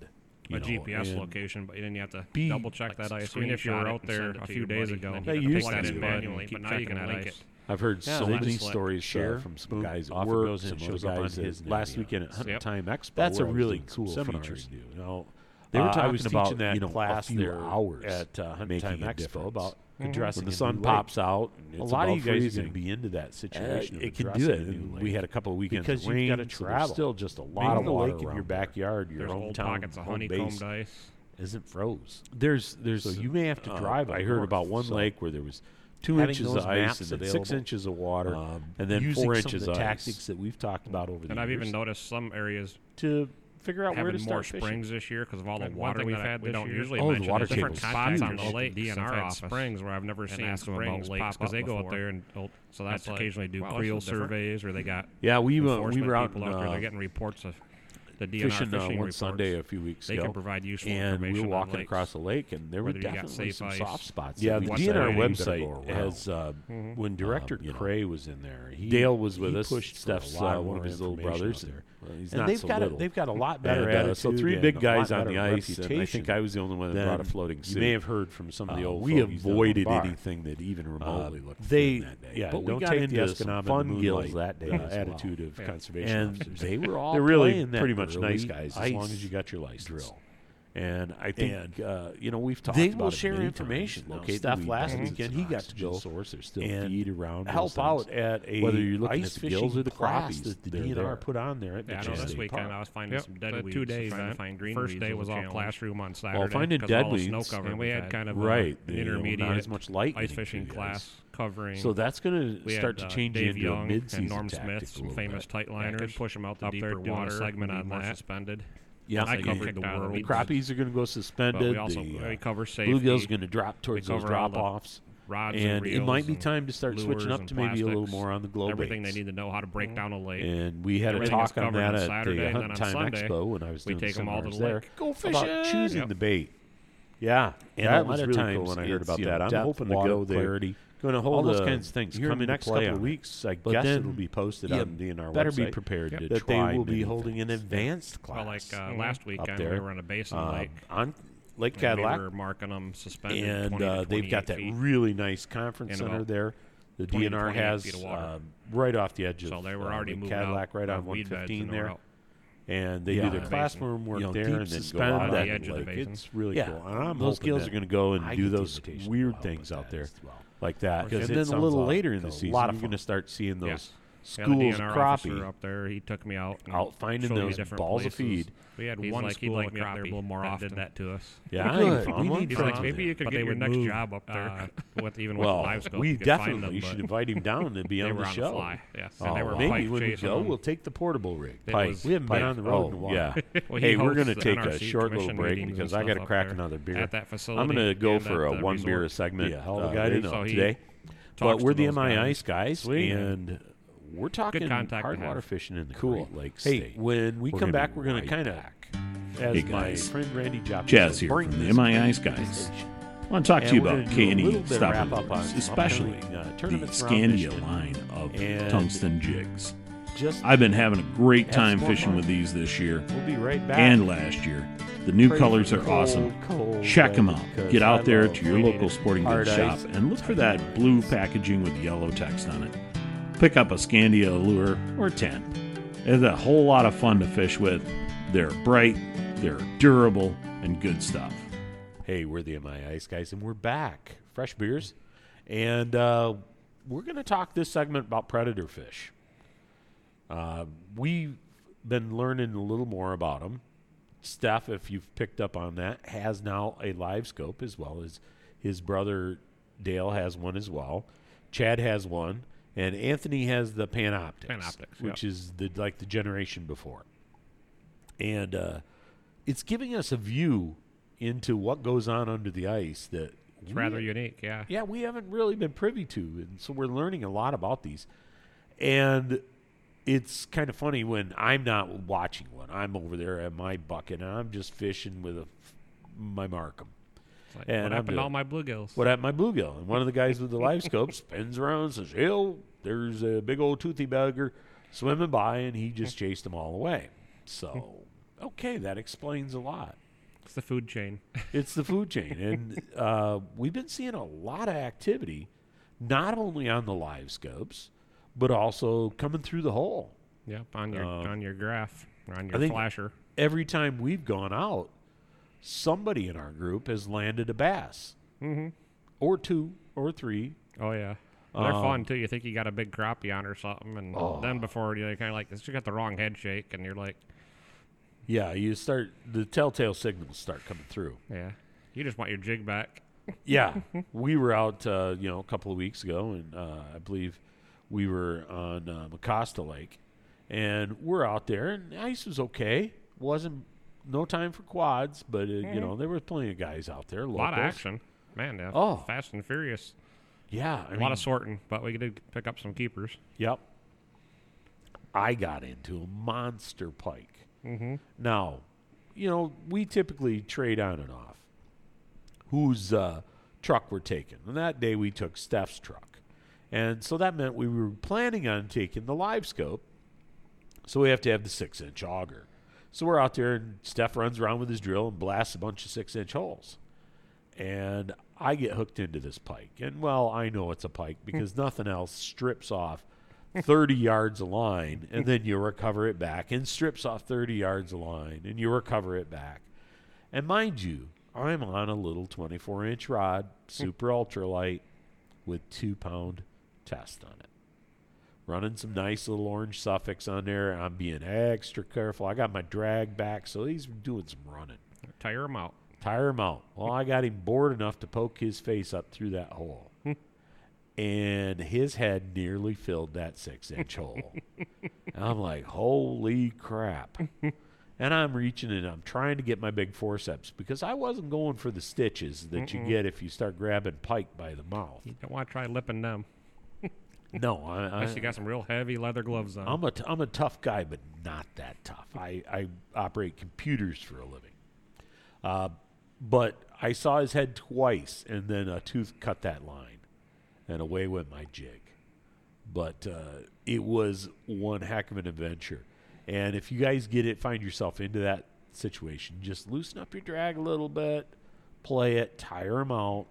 Speaker 3: a
Speaker 4: you know,
Speaker 3: GPS
Speaker 4: and-
Speaker 3: location, but then you have to
Speaker 4: be-
Speaker 3: double check that ice. Even
Speaker 2: screenshot
Speaker 3: if you were
Speaker 2: it
Speaker 3: out
Speaker 2: and
Speaker 3: there
Speaker 2: send it
Speaker 3: a
Speaker 2: to
Speaker 3: few
Speaker 2: your
Speaker 3: days
Speaker 2: buddy,
Speaker 3: ago,
Speaker 2: and
Speaker 4: then
Speaker 3: you
Speaker 4: you
Speaker 3: had to
Speaker 4: used
Speaker 3: plug
Speaker 4: to
Speaker 3: that
Speaker 4: do
Speaker 3: in
Speaker 4: that.
Speaker 3: manually,
Speaker 2: Keep
Speaker 3: but now you
Speaker 2: track
Speaker 3: can
Speaker 2: of
Speaker 3: add
Speaker 2: the lake
Speaker 3: ice.
Speaker 2: at-
Speaker 4: I've heard so
Speaker 2: Yeah, that's
Speaker 4: many
Speaker 2: just like-
Speaker 4: stories
Speaker 1: Share
Speaker 4: share from some
Speaker 1: boom,
Speaker 4: guys at
Speaker 1: off it
Speaker 4: work,
Speaker 1: goes in
Speaker 4: some
Speaker 1: shows
Speaker 4: other
Speaker 1: up on
Speaker 4: guys
Speaker 1: his
Speaker 4: at last
Speaker 1: Navionics.
Speaker 4: weekend at Hunter
Speaker 3: Yep.
Speaker 4: Time Expo.
Speaker 1: That's
Speaker 4: where
Speaker 1: a
Speaker 4: I was
Speaker 1: really
Speaker 4: doing
Speaker 1: cool
Speaker 4: some
Speaker 1: seminar
Speaker 4: seminars.
Speaker 1: to do.
Speaker 4: You know,
Speaker 1: They were
Speaker 4: Uh, I
Speaker 1: talking
Speaker 4: was teaching
Speaker 1: about,
Speaker 4: that
Speaker 1: you know, a
Speaker 4: class
Speaker 1: few
Speaker 4: there
Speaker 1: hours
Speaker 4: at uh, Hunter
Speaker 1: making
Speaker 4: Time
Speaker 1: a
Speaker 4: Expo
Speaker 1: difference.
Speaker 4: about
Speaker 3: Mm-hmm.
Speaker 1: Addressing
Speaker 4: when the
Speaker 1: a
Speaker 4: sun
Speaker 1: new
Speaker 4: pops out.
Speaker 1: And
Speaker 4: A
Speaker 1: it's
Speaker 4: lot of you
Speaker 1: above
Speaker 4: guys are
Speaker 1: freezing.
Speaker 4: going to be into that situation.
Speaker 1: Uh,
Speaker 4: of
Speaker 1: it can
Speaker 4: addressing
Speaker 1: do
Speaker 4: a
Speaker 1: it.
Speaker 4: new
Speaker 1: And
Speaker 4: lake.
Speaker 1: we had a couple of weekends
Speaker 4: because
Speaker 1: of rain,
Speaker 4: you've got to
Speaker 1: so there's
Speaker 4: travel.
Speaker 1: still just a lot
Speaker 4: Maybe
Speaker 1: of
Speaker 4: the
Speaker 1: water
Speaker 4: lake in
Speaker 1: around
Speaker 4: your
Speaker 1: there.
Speaker 4: backyard, your
Speaker 3: There's
Speaker 4: hometown,
Speaker 3: old pockets of
Speaker 4: home base
Speaker 3: honeycombed ice.
Speaker 4: isn't froze.
Speaker 1: There's there's
Speaker 4: So you may have to drive.
Speaker 1: up
Speaker 4: I heard
Speaker 1: north,
Speaker 4: about one
Speaker 1: Oh, so
Speaker 4: lake where there was two
Speaker 1: having
Speaker 4: inches
Speaker 1: those
Speaker 4: of ice
Speaker 1: maps
Speaker 4: and then six
Speaker 1: available,
Speaker 4: inches of water,
Speaker 1: um,
Speaker 4: and then
Speaker 1: using
Speaker 4: four
Speaker 1: some
Speaker 4: inches
Speaker 1: of the
Speaker 4: ice.
Speaker 1: tactics that we've talked about over the
Speaker 3: And I've
Speaker 1: years
Speaker 3: even noticed some areas
Speaker 4: to figure out where to
Speaker 3: having more
Speaker 4: start fishing.
Speaker 3: springs this year because of all the
Speaker 2: Like, one
Speaker 3: water
Speaker 2: thing
Speaker 3: we've
Speaker 2: that I-
Speaker 3: had
Speaker 2: we
Speaker 3: this
Speaker 2: don't
Speaker 3: year.
Speaker 2: usually
Speaker 4: Oh, the
Speaker 3: There's
Speaker 4: water
Speaker 3: different
Speaker 4: table's
Speaker 3: spots on
Speaker 4: huge.
Speaker 3: the lake.
Speaker 2: DNR
Speaker 3: I've had
Speaker 2: office
Speaker 3: springs where I've never seen
Speaker 2: asked them about
Speaker 3: springs
Speaker 2: lakes
Speaker 3: pop
Speaker 2: pop
Speaker 3: because they
Speaker 2: up
Speaker 3: go out
Speaker 2: before.
Speaker 3: there and oh, so that's
Speaker 2: That's like,
Speaker 3: occasionally do
Speaker 2: wow, that's
Speaker 3: creel
Speaker 2: so different.
Speaker 3: surveys or they got
Speaker 4: Yeah, we uh, we
Speaker 3: enforcement
Speaker 4: were out, in,
Speaker 3: people out there.
Speaker 4: uh,
Speaker 3: They're getting reports of the DNR
Speaker 4: fishing uh,
Speaker 3: fishing
Speaker 4: one
Speaker 3: reports.
Speaker 4: Sunday a few weeks
Speaker 3: They
Speaker 4: ago.
Speaker 3: can provide useful
Speaker 4: and we
Speaker 3: information
Speaker 4: were
Speaker 3: on
Speaker 4: walking
Speaker 3: lakes.
Speaker 4: across the lake, and there were
Speaker 3: Whether you got
Speaker 4: definitely
Speaker 3: safe
Speaker 4: some
Speaker 3: ice.
Speaker 4: soft spots.
Speaker 1: Yeah,
Speaker 4: that
Speaker 1: the
Speaker 4: we
Speaker 3: What's
Speaker 4: didn't
Speaker 3: that
Speaker 4: have
Speaker 3: rating?
Speaker 4: to go
Speaker 1: website
Speaker 4: around. Um,
Speaker 1: has, uh,
Speaker 4: when Director
Speaker 1: you know,
Speaker 4: Cray was in there. He,
Speaker 1: Dale was with
Speaker 4: he
Speaker 1: us,
Speaker 4: Pushed
Speaker 1: threw a
Speaker 4: Steph's
Speaker 1: lot
Speaker 4: uh,
Speaker 1: more
Speaker 4: one of his little
Speaker 1: information
Speaker 4: brothers
Speaker 1: out there.
Speaker 4: there. Well, he's
Speaker 1: And
Speaker 4: not
Speaker 1: they've
Speaker 4: so
Speaker 1: got
Speaker 4: little.
Speaker 1: A, they've got a lot better
Speaker 4: And, uh,
Speaker 1: attitude.
Speaker 4: so three
Speaker 1: and
Speaker 4: big
Speaker 1: a
Speaker 4: guys
Speaker 1: lot
Speaker 4: on the
Speaker 1: better
Speaker 4: ice, and I think
Speaker 1: reputation.
Speaker 4: I was the only one that brought a
Speaker 1: than
Speaker 4: floating suit.
Speaker 1: You may have heard from
Speaker 4: some
Speaker 1: some of the old.
Speaker 4: we
Speaker 1: fogies down at
Speaker 4: avoided
Speaker 1: the bar.
Speaker 4: anything that even remotely
Speaker 1: Um,
Speaker 4: looked
Speaker 1: they-
Speaker 4: fun that day.
Speaker 1: yeah,
Speaker 4: but we
Speaker 1: don't
Speaker 4: got
Speaker 1: take the
Speaker 4: into some
Speaker 1: Escanaba
Speaker 4: fun
Speaker 1: and the
Speaker 4: gills
Speaker 1: moonlight,
Speaker 4: that day.
Speaker 1: uh,
Speaker 4: as well.
Speaker 1: attitude of conservation
Speaker 4: and
Speaker 1: officers.
Speaker 4: they were all
Speaker 1: They're really
Speaker 4: playing that
Speaker 1: pretty much
Speaker 4: early
Speaker 1: nice guys as long
Speaker 4: ice
Speaker 1: as you got your license.
Speaker 4: drill. And I think
Speaker 1: And
Speaker 4: uh, you know we've talked.
Speaker 1: they
Speaker 4: about
Speaker 1: will
Speaker 4: it
Speaker 1: share
Speaker 4: many
Speaker 1: information.
Speaker 4: Times.
Speaker 1: Now,
Speaker 4: Locate the
Speaker 1: Steph
Speaker 4: weed
Speaker 1: last
Speaker 4: plants,
Speaker 1: weekend,
Speaker 4: it's
Speaker 1: he
Speaker 4: an
Speaker 1: got to
Speaker 4: oxygen
Speaker 1: go
Speaker 4: source. There's still
Speaker 1: and
Speaker 4: feed around.
Speaker 1: help
Speaker 4: those things.
Speaker 1: out at a
Speaker 4: Whether you're looking
Speaker 1: ice
Speaker 4: at the
Speaker 1: fishing
Speaker 4: gills or the
Speaker 1: class
Speaker 4: crappies,
Speaker 1: that the
Speaker 4: they're
Speaker 1: DNR
Speaker 4: there.
Speaker 1: put on there at
Speaker 3: Yeah, I
Speaker 1: Mitchell
Speaker 3: know this
Speaker 1: State
Speaker 3: weekend
Speaker 1: Park.
Speaker 3: I was finding
Speaker 2: Yep.
Speaker 3: some dead
Speaker 2: the
Speaker 3: weeds.
Speaker 2: two
Speaker 3: and
Speaker 2: days.
Speaker 3: Trying
Speaker 2: huh?
Speaker 3: to find green
Speaker 2: First
Speaker 3: weeds
Speaker 2: day
Speaker 3: was,
Speaker 2: was
Speaker 3: a
Speaker 2: all
Speaker 3: challenge.
Speaker 2: classroom on Saturday.
Speaker 4: finding
Speaker 2: 'cause
Speaker 4: dead
Speaker 2: all the snow
Speaker 4: weeds,
Speaker 2: covered
Speaker 3: and we
Speaker 2: we've
Speaker 3: had kind of a
Speaker 4: right,
Speaker 3: an
Speaker 4: you know,
Speaker 3: intermediate
Speaker 4: not as much light
Speaker 3: ice fishing class covering.
Speaker 4: So that's going
Speaker 3: we
Speaker 4: to start
Speaker 3: had,
Speaker 4: to
Speaker 3: uh,
Speaker 4: change you
Speaker 3: Dave
Speaker 4: into a
Speaker 3: Young
Speaker 4: mid-season
Speaker 3: and Norm
Speaker 4: tactic
Speaker 3: Smith,
Speaker 4: a
Speaker 3: some
Speaker 4: little
Speaker 3: famous
Speaker 4: bit.
Speaker 3: tight
Speaker 2: Yeah, I
Speaker 3: liners,
Speaker 2: could push them out the
Speaker 3: up
Speaker 2: deeper
Speaker 3: there doing
Speaker 2: water.
Speaker 3: a segment on
Speaker 2: more
Speaker 3: that.
Speaker 2: suspended.
Speaker 4: Yeah,
Speaker 3: I
Speaker 4: they-
Speaker 3: covered the
Speaker 4: the
Speaker 2: world.
Speaker 3: world.
Speaker 4: crappies are going to go
Speaker 3: But
Speaker 4: suspended.
Speaker 3: we also
Speaker 4: the
Speaker 3: we
Speaker 4: uh,
Speaker 3: cover safety.
Speaker 4: bluegills going to drop towards those
Speaker 3: cover all the
Speaker 4: drop-offs,
Speaker 3: rods and,
Speaker 4: and it might
Speaker 3: reels
Speaker 4: be
Speaker 3: and
Speaker 4: time to start switching
Speaker 3: lures
Speaker 4: up
Speaker 3: and
Speaker 4: to maybe a little
Speaker 3: plastics,
Speaker 4: more on the glow
Speaker 3: everything
Speaker 4: baits.
Speaker 3: they need to know how to break down a lake.
Speaker 4: And we had a
Speaker 3: Everything is
Speaker 4: talk on
Speaker 3: covered
Speaker 4: that
Speaker 3: on
Speaker 4: at
Speaker 3: Saturday,
Speaker 4: the
Speaker 3: and
Speaker 4: Hunt
Speaker 3: then on
Speaker 4: Time
Speaker 3: Sunday,
Speaker 4: Expo when I was
Speaker 3: we
Speaker 4: doing
Speaker 3: take 'em all to
Speaker 4: seminars
Speaker 3: the
Speaker 4: there.
Speaker 3: lake.
Speaker 4: Go About
Speaker 1: fishing!
Speaker 4: choosing
Speaker 3: Yep.
Speaker 4: the bait. Yeah,
Speaker 1: And
Speaker 4: that
Speaker 1: a lot
Speaker 4: was
Speaker 1: of
Speaker 4: really
Speaker 1: times
Speaker 4: cool when I heard
Speaker 1: it's,
Speaker 4: about
Speaker 1: you know,
Speaker 4: that. I'm
Speaker 1: depth,
Speaker 4: hoping to
Speaker 1: water,
Speaker 4: go there.
Speaker 1: clarity.
Speaker 4: Going to hold
Speaker 1: All those
Speaker 4: uh,
Speaker 1: kinds of things
Speaker 4: here
Speaker 1: come
Speaker 4: in
Speaker 1: into
Speaker 4: the next
Speaker 1: play
Speaker 4: couple
Speaker 1: on
Speaker 4: of
Speaker 1: it.
Speaker 4: weeks. I
Speaker 1: But
Speaker 4: guess
Speaker 1: then
Speaker 4: it'll be posted
Speaker 1: you
Speaker 4: on the DNR
Speaker 1: better be
Speaker 4: website
Speaker 1: prepared to
Speaker 4: that
Speaker 1: try
Speaker 4: they will
Speaker 1: many
Speaker 4: be holding an
Speaker 1: things.
Speaker 4: advanced class.
Speaker 3: Well, like uh,
Speaker 4: up
Speaker 3: last weekend, we
Speaker 4: there.
Speaker 3: were on a basin
Speaker 4: Um,
Speaker 3: lake.
Speaker 4: on Lake
Speaker 3: and
Speaker 4: Cadillac,
Speaker 3: we were marking them suspended,
Speaker 4: and
Speaker 3: 20 to
Speaker 4: uh, they've got
Speaker 3: 28
Speaker 4: that
Speaker 3: feet.
Speaker 4: really nice conference
Speaker 3: in
Speaker 4: center
Speaker 3: about
Speaker 4: there
Speaker 1: The
Speaker 3: 20 to
Speaker 1: DNR
Speaker 3: 28
Speaker 1: has
Speaker 3: feet of water.
Speaker 1: uh, right off the edge of
Speaker 3: So they
Speaker 1: uh,
Speaker 3: were
Speaker 1: the
Speaker 3: already moving
Speaker 1: Cadillac,
Speaker 3: out
Speaker 1: right
Speaker 3: of
Speaker 1: on
Speaker 3: weed beds
Speaker 1: 115
Speaker 3: and they were
Speaker 1: there,
Speaker 3: out.
Speaker 1: and they
Speaker 4: Yeah.
Speaker 1: do their
Speaker 4: Yeah.
Speaker 1: classroom work
Speaker 4: You know,
Speaker 1: there
Speaker 4: deep
Speaker 1: and then go
Speaker 4: suspend
Speaker 1: out
Speaker 3: on the
Speaker 1: on
Speaker 3: edge of the basin.
Speaker 1: It's really
Speaker 4: Yeah.
Speaker 1: cool, and I'm
Speaker 4: Those
Speaker 1: hoping
Speaker 4: gills
Speaker 1: that
Speaker 4: are gonna
Speaker 1: go and
Speaker 4: I
Speaker 1: do
Speaker 4: get the
Speaker 1: those
Speaker 4: invitation
Speaker 1: weird
Speaker 4: to go out
Speaker 1: things
Speaker 4: with
Speaker 1: out
Speaker 4: that
Speaker 1: there
Speaker 4: as well.
Speaker 1: like that.
Speaker 4: Because
Speaker 1: Because
Speaker 4: it
Speaker 1: then a
Speaker 4: sounds
Speaker 1: little
Speaker 4: like
Speaker 1: later in the
Speaker 4: it's a
Speaker 1: season,
Speaker 4: lot
Speaker 1: you're
Speaker 4: of
Speaker 1: going to
Speaker 4: fun.
Speaker 1: start seeing
Speaker 3: Yeah.
Speaker 1: those
Speaker 3: Yeah,
Speaker 1: schools
Speaker 3: the
Speaker 1: of
Speaker 3: DNR officer
Speaker 1: crappie
Speaker 3: up there. He took me out. and
Speaker 1: out finding
Speaker 3: showed me
Speaker 1: those
Speaker 3: different
Speaker 1: balls of
Speaker 3: places.
Speaker 1: feed.
Speaker 3: We had
Speaker 5: He's
Speaker 3: one
Speaker 5: like,
Speaker 3: school
Speaker 5: he'd like
Speaker 3: that
Speaker 5: me
Speaker 3: got
Speaker 5: up
Speaker 3: there
Speaker 5: there
Speaker 3: a little more
Speaker 5: that
Speaker 3: often.
Speaker 5: did
Speaker 3: did that to us.
Speaker 1: Yeah, I
Speaker 4: Good.
Speaker 1: ain't found
Speaker 4: We
Speaker 1: one.
Speaker 4: need
Speaker 3: He's
Speaker 4: From
Speaker 3: like,
Speaker 4: there.
Speaker 3: maybe you could but get they your would
Speaker 5: would
Speaker 3: next
Speaker 5: move,
Speaker 3: job up there
Speaker 5: uh,
Speaker 3: with even with the
Speaker 1: Well,
Speaker 3: livestock.
Speaker 1: we
Speaker 3: you could find
Speaker 1: definitely
Speaker 3: them,
Speaker 1: should
Speaker 3: but
Speaker 1: invite him down to be
Speaker 3: They
Speaker 1: on
Speaker 3: were
Speaker 1: the
Speaker 3: on the
Speaker 1: show.
Speaker 3: fly. Yes,
Speaker 1: Oh,
Speaker 3: and they were
Speaker 1: maybe
Speaker 3: pike
Speaker 1: when we
Speaker 3: chasing
Speaker 1: go,
Speaker 3: them.
Speaker 1: we'll take the portable rig.
Speaker 3: It
Speaker 1: Pike.
Speaker 3: was
Speaker 1: We haven't
Speaker 3: Pike.
Speaker 1: been on the road in a
Speaker 3: Oh,
Speaker 1: while. yeah.
Speaker 3: Well, he
Speaker 1: hey, we're
Speaker 3: hosts
Speaker 1: gonna
Speaker 3: the
Speaker 1: take a
Speaker 3: NRC
Speaker 1: short little
Speaker 3: commission
Speaker 1: break
Speaker 3: meetings and
Speaker 1: because I
Speaker 3: stuff
Speaker 1: got to
Speaker 3: up
Speaker 1: crack
Speaker 3: there
Speaker 1: another beer.
Speaker 3: at that facility.
Speaker 1: I'm gonna go
Speaker 3: and at
Speaker 1: for a
Speaker 3: the
Speaker 1: one beer a
Speaker 3: resort.
Speaker 1: segment.
Speaker 6: Yeah, hell of a
Speaker 1: uh,
Speaker 6: guy to
Speaker 1: later
Speaker 6: know
Speaker 1: on
Speaker 3: So he
Speaker 1: today. But
Speaker 3: talks
Speaker 1: we're
Speaker 3: to
Speaker 1: the
Speaker 3: those
Speaker 1: MII's guys,
Speaker 3: Sweet.
Speaker 1: and we're talking
Speaker 3: contact to
Speaker 1: hard
Speaker 3: have.
Speaker 1: water fishing in the
Speaker 6: Cool.
Speaker 1: Great Lakes
Speaker 6: Hey,
Speaker 1: state.
Speaker 6: when we
Speaker 1: We're
Speaker 6: come
Speaker 1: gonna
Speaker 6: back,
Speaker 1: be
Speaker 6: we're going
Speaker 1: right
Speaker 6: to kind of
Speaker 1: back. as
Speaker 2: Hey,
Speaker 1: my
Speaker 2: guys.
Speaker 1: friend Randy Joplin
Speaker 2: Jazz
Speaker 1: said,
Speaker 2: here
Speaker 1: bring
Speaker 2: from the
Speaker 1: this
Speaker 2: MII's
Speaker 1: back to the
Speaker 2: guys.
Speaker 1: station.
Speaker 2: I want to talk
Speaker 1: And
Speaker 2: to you
Speaker 1: we're
Speaker 2: about E
Speaker 1: gonna do a little
Speaker 2: K&E
Speaker 1: bit of
Speaker 2: stopping
Speaker 1: wrap-up on
Speaker 2: lures,
Speaker 1: some
Speaker 2: especially
Speaker 1: upcoming, uh,
Speaker 2: the
Speaker 1: tournaments around Michigan.
Speaker 2: Scandia line of
Speaker 1: And
Speaker 2: tungsten jigs.
Speaker 1: Just
Speaker 2: I've been having a great
Speaker 1: Have some
Speaker 2: time
Speaker 1: more
Speaker 2: fishing
Speaker 1: fun.
Speaker 2: with these this year
Speaker 1: we'll be right back.
Speaker 2: and last year. The new
Speaker 1: Pray
Speaker 2: colors
Speaker 1: for
Speaker 2: are awesome.
Speaker 1: cold, cold
Speaker 2: Check them
Speaker 1: weather
Speaker 2: out.
Speaker 1: because
Speaker 2: Get
Speaker 1: I
Speaker 2: out there
Speaker 1: love
Speaker 2: to your
Speaker 1: reading
Speaker 2: local sporting
Speaker 1: hard
Speaker 2: goods shop
Speaker 1: ice.
Speaker 2: and look for that blue packaging with yellow text on it. Pick up a Scandia lure or 10. It's a whole lot of fun to fish with. They're bright, they're durable, and good stuff.
Speaker 1: Hey, we're the MI Ice guys, and we're back. Fresh beers. And uh, we're going to talk this segment about predator fish. Uh, we've been learning a little more about them. Steph, if you've picked up on that, has now a live scope as well as his brother Dale has one as well. Chad has one, and Anthony has the Panoptics,
Speaker 3: Panoptics,
Speaker 1: which is the like the generation before. And uh, it's giving us a view into what goes on under the ice that
Speaker 3: It's rather unique, yeah.
Speaker 1: yeah, we haven't really been privy to. And so we're learning a lot about these. And it's kind of funny when I'm not watching one. I'm over there at my bucket and I'm just fishing with a, my Markham.
Speaker 3: It's like,
Speaker 1: And I'm
Speaker 3: what happened to all
Speaker 1: doing-
Speaker 3: my bluegills?
Speaker 1: What at my bluegill? And one of the guys with the live scope spins around and says, Yo, there's a big old toothy bugger swimming by, and he just chased them all away. So, okay, that explains a lot.
Speaker 3: It's the food chain.
Speaker 1: It's the food chain, and uh, we've been seeing a lot of activity, not only on the live scopes, but also coming through the hole.
Speaker 3: yep, on your
Speaker 1: Uh,
Speaker 3: on your graph, or on
Speaker 1: I
Speaker 3: your
Speaker 1: think-
Speaker 3: flasher.
Speaker 1: Every time we've gone out, somebody in our group has landed a bass, mm-hmm. or two, or three.
Speaker 3: Oh yeah. They're
Speaker 1: Um, Oh.
Speaker 3: fun too. You think you got a big crappie on or something, and then before you're kind of like, "This you got the wrong head shake," and you're like,
Speaker 1: Yeah, you start the telltale signals start coming through.
Speaker 3: "Yeah, you just want your jig back."
Speaker 1: Yeah, we were out, uh, you know, a couple of weeks ago, and uh, I believe we were on uh, Acosta Lake, and we're out there, and the ice was okay. wasn't no time for quads, but uh, you know there were plenty of guys out there.
Speaker 3: A lot of action, man. yeah,
Speaker 1: Oh.
Speaker 3: Fast and Furious.
Speaker 1: Yeah, I
Speaker 3: A lot of sorting, but we did pick up some keepers.
Speaker 1: Yep. I got into a monster pike. Now, you know, we typically trade on and off whose uh, truck we're taking. And that day we took Steph's truck. And so that meant we were planning on taking the live scope. So we have to have the six inch auger. So we're out there, and Steph runs around with his drill and blasts a bunch of six inch holes and I get hooked into this pike. And well, I know it's a pike because nothing else strips off 30 yards of line and then you recover it back and strips off 30 yards of line and you recover it back. And mind you, I'm on a little 24 inch rod, super ultralight with two pound test on it. Running some nice little orange suffix on there. I'm being extra careful. I got my drag back, so he's doing some running.
Speaker 3: Tire them out.
Speaker 1: Tire him out. Well, I got him bored enough to poke his face up through that hole. and his head nearly filled that six inch hole. And I'm like, holy crap. and I'm reaching and I'm trying to get my big forceps because I wasn't going for the stitches that you get if you start grabbing pike by the mouth.
Speaker 3: You don't want to try lipping them
Speaker 1: No, I, I,
Speaker 3: unless you got some real heavy leather gloves on.
Speaker 1: I'm a t- I'm a tough guy, but not that tough. I, I operate computers for a living. Uh, but I saw his head twice, and then a tooth cut that line, and away went my jig. But uh, it was one heck of an adventure. And if you guys get it, find yourself into that situation, just loosen up your drag a little bit, play it, tire him out.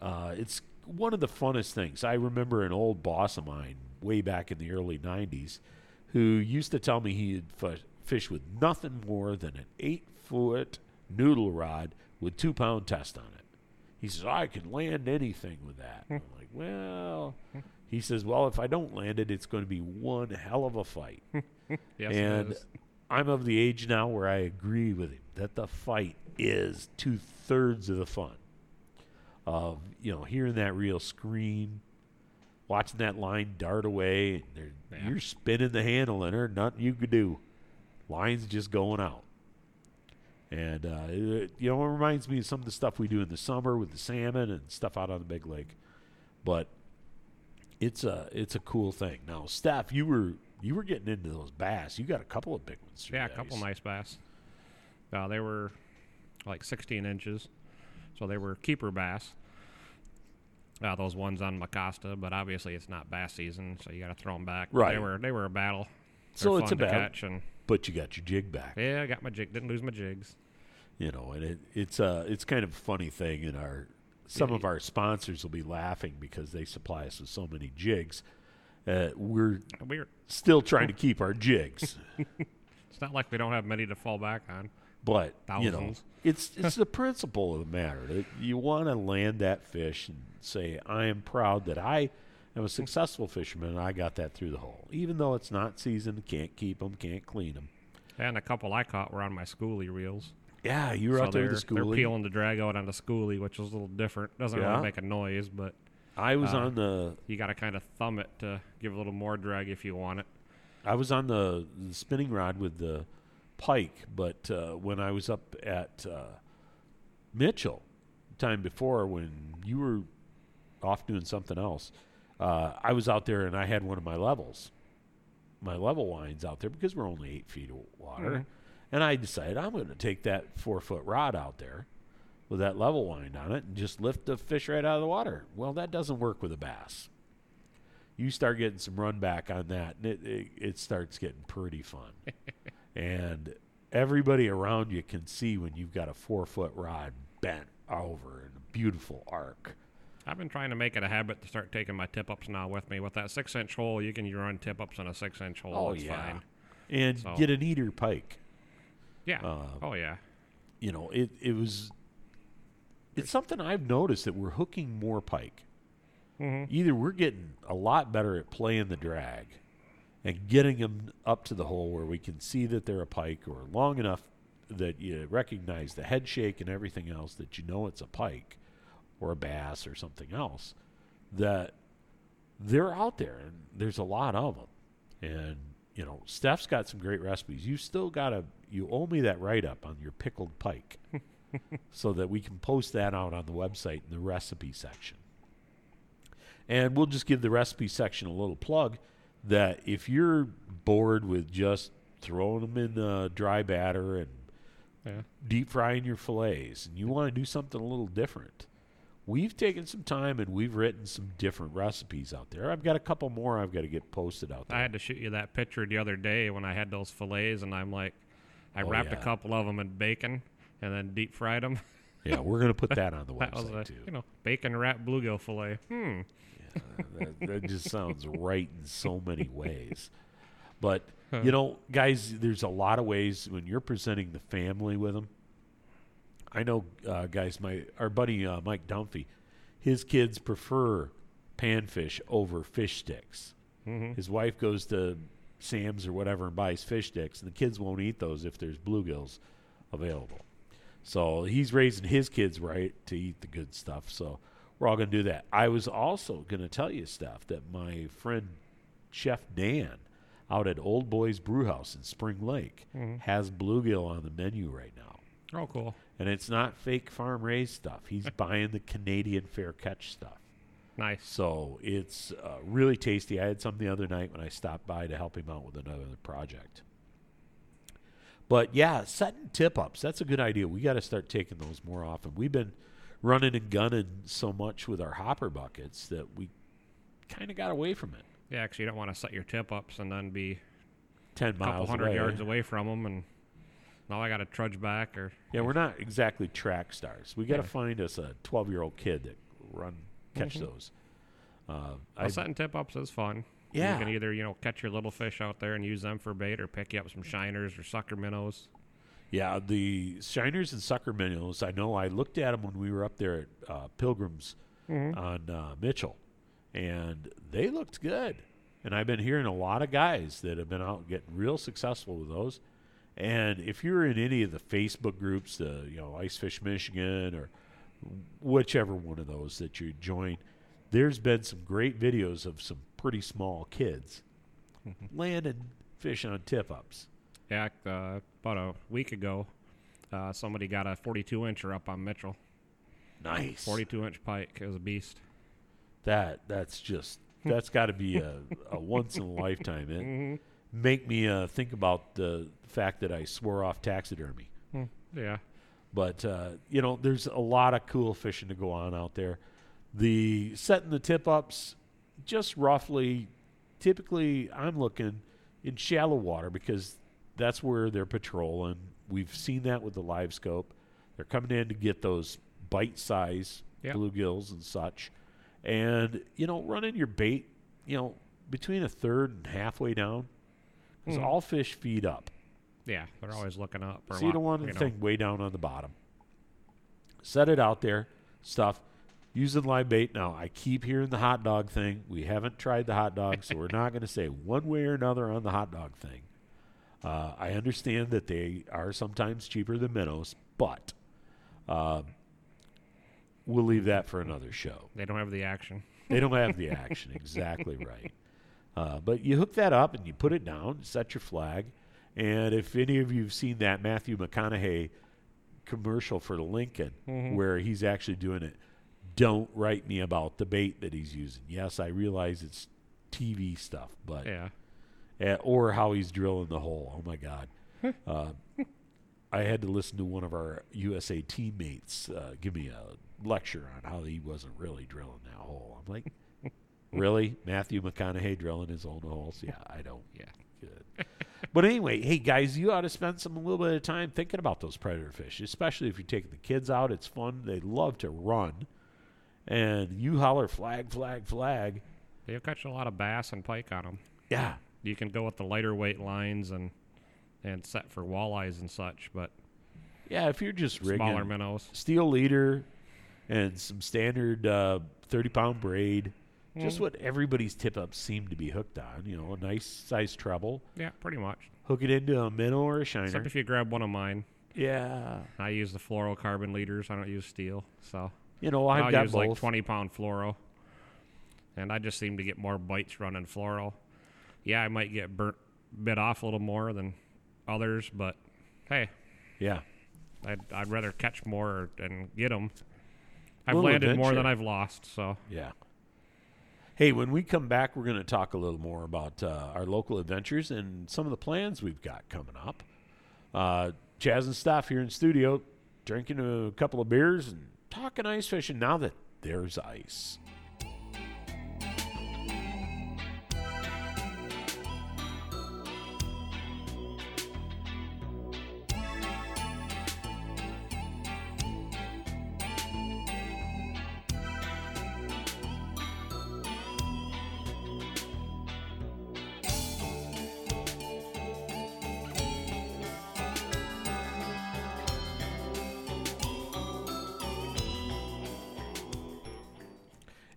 Speaker 1: Uh, it's one of the funnest things I remember an old boss of mine way back in the early '90s, who used to tell me he had f- fished with nothing more than an eight-foot noodle rod with two-pound test on it. He says I can land anything with that. I'm like, well, he says, well, if I don't land it, it's going to be one hell of a fight.
Speaker 3: Yes, it
Speaker 1: and
Speaker 3: is.
Speaker 1: I'm of the age now where I agree with him that the fight is two thirds of the fun of you know hearing that reel scream, watching that line dart away, and they're-
Speaker 3: Yeah.
Speaker 1: you're spinning the handle and there's nothing you could do. Line's just going out. And uh, it, you know, it reminds me of some of the stuff we do in the summer with the salmon and stuff out on the big lake. But it's a it's a cool thing. Now, Steph, you were you were getting into those bass. You got a couple of big ones. through
Speaker 3: yeah, a
Speaker 1: the
Speaker 3: couple
Speaker 1: ice.
Speaker 3: nice bass. Uh, they were like 16 inches, so they were keeper bass. Uh, those ones on Macosta, but obviously it's not bass season, so you got to throw them back. But They
Speaker 1: Right.
Speaker 3: were they were a battle. They're
Speaker 1: So it's a
Speaker 3: fun to
Speaker 1: battle.
Speaker 3: catch, and
Speaker 1: But you got your jig back.
Speaker 3: yeah, I got my jig. Didn't lose my jigs.
Speaker 1: you know and it, it's a it's kind of a funny thing and our some of our sponsors will be laughing because they supply us with so many jigs uh, we're
Speaker 3: Weird.
Speaker 1: still trying to keep our jigs
Speaker 3: It's not like we don't have many to fall back on.
Speaker 1: but you know
Speaker 3: Thousands.
Speaker 1: it's it's the principle of the matter that you want to land that fish and say i am proud that i am a successful fisherman and i got that through the hole even though it's not seasoned can't keep them can't clean them
Speaker 3: And a couple I caught were on my schoolie reels.
Speaker 1: yeah you were
Speaker 3: so
Speaker 1: out there
Speaker 3: they're,
Speaker 1: with the
Speaker 3: they're
Speaker 1: schoolie.
Speaker 3: peeling the drag out on the schoolie, which is a little different. Doesn't
Speaker 1: Yeah.
Speaker 3: really make a noise, but
Speaker 1: i was
Speaker 3: uh,
Speaker 1: on the
Speaker 3: you got to kind of thumb it to give a little more drag if you want it.
Speaker 1: I was on the, the spinning rod with the pike, but uh, when I was up at uh, Mitchell, the time before when you were off doing something else, uh, I was out there and I had one of my levels, my level lines out there because we're only eight feet of water, and I decided I'm going to take that four foot rod out there with that level wind on it and just lift the fish right out of the water. Well, that doesn't work with a bass. You start getting some run back on that, and it, it, it starts getting pretty fun. and everybody around you can see when you've got a four foot rod bent over in a beautiful arc.
Speaker 3: I've been trying to make it a habit to start taking my tip ups now with me. With that six inch hole, you can run tip ups on a six inch hole. it's fine.
Speaker 1: And
Speaker 3: So-
Speaker 1: Oh, get an eater pike.
Speaker 3: Yeah. oh yeah.
Speaker 1: You know, it, it was. It's something I've noticed that we're hooking more pike. Either we're getting a lot better at playing the drag and getting them up to the hole where we can see that they're a pike or long enough that you recognize the head shake and everything else that you know it's a pike or a bass or something else that they're out there and there's a lot of them and you know steph's got some great recipes you still gotta you owe me that write-up on your pickled pike so that we can post that out on the website in the recipe section and we'll just give the recipe section a little plug that if you're bored with just throwing them in the dry batter and
Speaker 3: Yeah.
Speaker 1: deep frying your fillets and you want to do something a little different, we've taken some time and we've written some different recipes out there. I've got a couple more I've got to get posted out there.
Speaker 3: I had to shoot you that picture the other day when I had those fillets, and I'm like, I
Speaker 1: Oh,
Speaker 3: wrapped
Speaker 1: yeah.
Speaker 3: a couple of them in bacon and then deep fried them.
Speaker 1: yeah, we're going to put that on the
Speaker 3: that was
Speaker 1: website
Speaker 3: a
Speaker 1: too.
Speaker 3: you know bacon wrap bluegill fillet. Hmm.
Speaker 1: that, that just sounds right in so many ways. But you know, guys, there's a lot of ways when you're presenting the family with them. I know, uh, guys. My our buddy uh, Mike Dunphy, his kids prefer panfish over fish sticks. His wife goes to Sam's or whatever and buys fish sticks, and the kids won't eat those if there's bluegills available. So he's raising his kids right to eat the good stuff. So we're all going to do that. I was also going to tell you stuff that my friend Chef Dan out at Old Boys Brewhouse in Spring Lake has bluegill on the menu right now.
Speaker 3: Oh, cool.
Speaker 1: And it's not fake farm raised stuff. He's buying the Canadian fair catch stuff.
Speaker 3: Nice.
Speaker 1: So it's uh, really tasty. I had some the other night when I stopped by to help him out with another project. But yeah, setting tip ups, that's a good idea. We got to start taking those more often. We've been running and gunning so much with our hopper buckets that we kind of got away from it.
Speaker 3: Yeah, because you don't want to set your tip ups and then be
Speaker 1: 10
Speaker 3: a couple
Speaker 1: miles
Speaker 3: hundred
Speaker 1: away.
Speaker 3: yards away from them, and now I got to trudge back or
Speaker 1: Yeah, we're not exactly track stars. We got to find us a 12 year old kid that will run
Speaker 4: catch
Speaker 3: Mm-hmm.
Speaker 4: those. Uh, I,
Speaker 3: Well, setting tip ups is fun.
Speaker 4: Yeah.
Speaker 3: You can either, you know, catch your little fish out there and use them for bait or pick you up some shiners or sucker minnows.
Speaker 4: yeah, the shiners and sucker minnows. I know I looked at them when we were up there at uh, Pilgrims
Speaker 1: Mm-hmm.
Speaker 4: on uh, Mitchell, and they looked good. And I've been hearing a lot of guys that have been out getting real successful with those. And if you're in any of the Facebook groups, the you know Ice Fish Michigan or whichever one of those that you join, there's been some great videos of some pretty small kids landing fish on tip ups.
Speaker 3: Yeah, uh, about a week ago, uh, somebody got a 42 incher up on Mitchell.
Speaker 4: Nice.
Speaker 3: 42 inch pike. It was a beast.
Speaker 4: That that's just that's got to be a, a once in a lifetime. It make me uh, think about the fact that I swore off taxidermy.
Speaker 3: Yeah.
Speaker 4: But uh, you know, there's a lot of cool fishing to go on out there. The setting the tip ups, just roughly, typically I'm looking in shallow water because that's where they're patrolling. We've seen that with the live scope. They're coming in to get those bite size
Speaker 3: Yep.
Speaker 4: bluegills and such. And you know, running your bait, you know, between a third and halfway down, because all fish feed up.
Speaker 3: Yeah. They're always looking up. or
Speaker 4: So you don't
Speaker 3: lock-
Speaker 4: want
Speaker 3: you know.
Speaker 4: anything way down on the bottom. Set it out there, stuff. Using live bait. Now I keep hearing the hot dog thing. We haven't tried the hot dog, so we're not going to say one way or another on the hot dog thing. Uh, I understand that they are sometimes cheaper than minnows, but uh, we'll leave that for another show.
Speaker 3: They don't have the action.
Speaker 4: They don't have the action. Exactly right. Uh, but you hook that up and you put it down, set your flag. And if any of you have seen that Matthew McConaughey commercial for the Lincoln, where he's actually doing it, don't write me about the bait that he's using. Yes, I realize it's TV stuff, but
Speaker 3: Yeah.
Speaker 4: uh, or how he's drilling the hole. Oh my God. Uh, I had to listen to one of our USA teammates uh, give me a lecture on how he wasn't really drilling that hole. I'm like, really? Matthew McConaughey drilling his own holes? Yeah, I don't.
Speaker 3: Yeah.
Speaker 4: Good. But anyway, hey guys, you ought to spend some a little bit of time thinking about those predator fish, especially if you're taking the kids out. It's fun. They love to run. And you holler flag, flag, flag.
Speaker 3: They'll catch a lot of bass and pike on them.
Speaker 4: Yeah,
Speaker 3: You can go with the lighter weight lines and and set for walleyes and such, but
Speaker 4: yeah. If you're just rigging,
Speaker 3: smaller minnows.
Speaker 4: steel leader and some standard uh, 30 pound braid. Just what everybody's tip ups seem to be hooked on. You know, a nice size treble,
Speaker 3: Yeah, pretty much.
Speaker 4: hook it into a minnow or a shiner.
Speaker 3: Except if you grab one of mine.
Speaker 4: yeah.
Speaker 3: I use the fluorocarbon leaders. I don't use steel, so
Speaker 4: You know,
Speaker 3: i
Speaker 4: I've
Speaker 3: will
Speaker 4: got
Speaker 3: use
Speaker 4: both.
Speaker 3: like twenty pound fluoro. And I just seem to get more bites running fluoro. Yeah, I might get burnt bit off a little more than others, but hey,
Speaker 4: Yeah.
Speaker 3: I'd, I'd rather catch more and get them. I've
Speaker 4: Little
Speaker 3: landed more than
Speaker 4: adventure.
Speaker 3: I've lost, so
Speaker 4: Yeah. Hey, when we come back, we're going to talk a little more about uh, our local adventures and some of the plans we've got coming up. Uh, Chaz and Staff here in studio, drinking a couple of beers and talking ice fishing now that there's ice.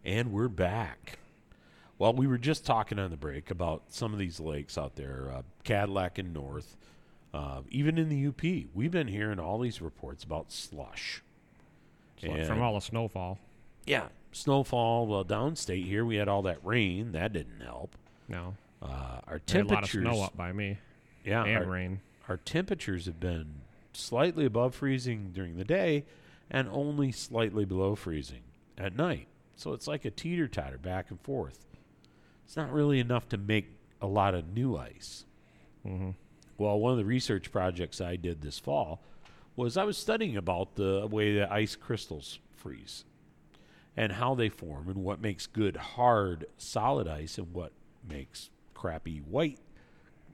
Speaker 4: And we're back. Well, we were just talking on the break about some of these lakes out there, uh, Cadillac and North, uh, even in the UP. We've been hearing all these reports about slush.
Speaker 3: so from all the snowfall.
Speaker 4: yeah, snowfall. Well, downstate here, we had all that rain. That didn't help.
Speaker 3: No,
Speaker 4: Uh, our
Speaker 3: There are a lot of
Speaker 4: temperatures,
Speaker 3: snow up by me
Speaker 4: yeah,
Speaker 3: and
Speaker 4: our,
Speaker 3: rain.
Speaker 4: our temperatures have been slightly above freezing during the day, and only slightly below freezing at night. So it's like a teeter totter back and forth. It's not really enough to make a lot of new ice. Well, one of the research projects I did this fall was I was studying about the way that ice crystals freeze and how they form and what makes good hard solid ice and what makes crappy white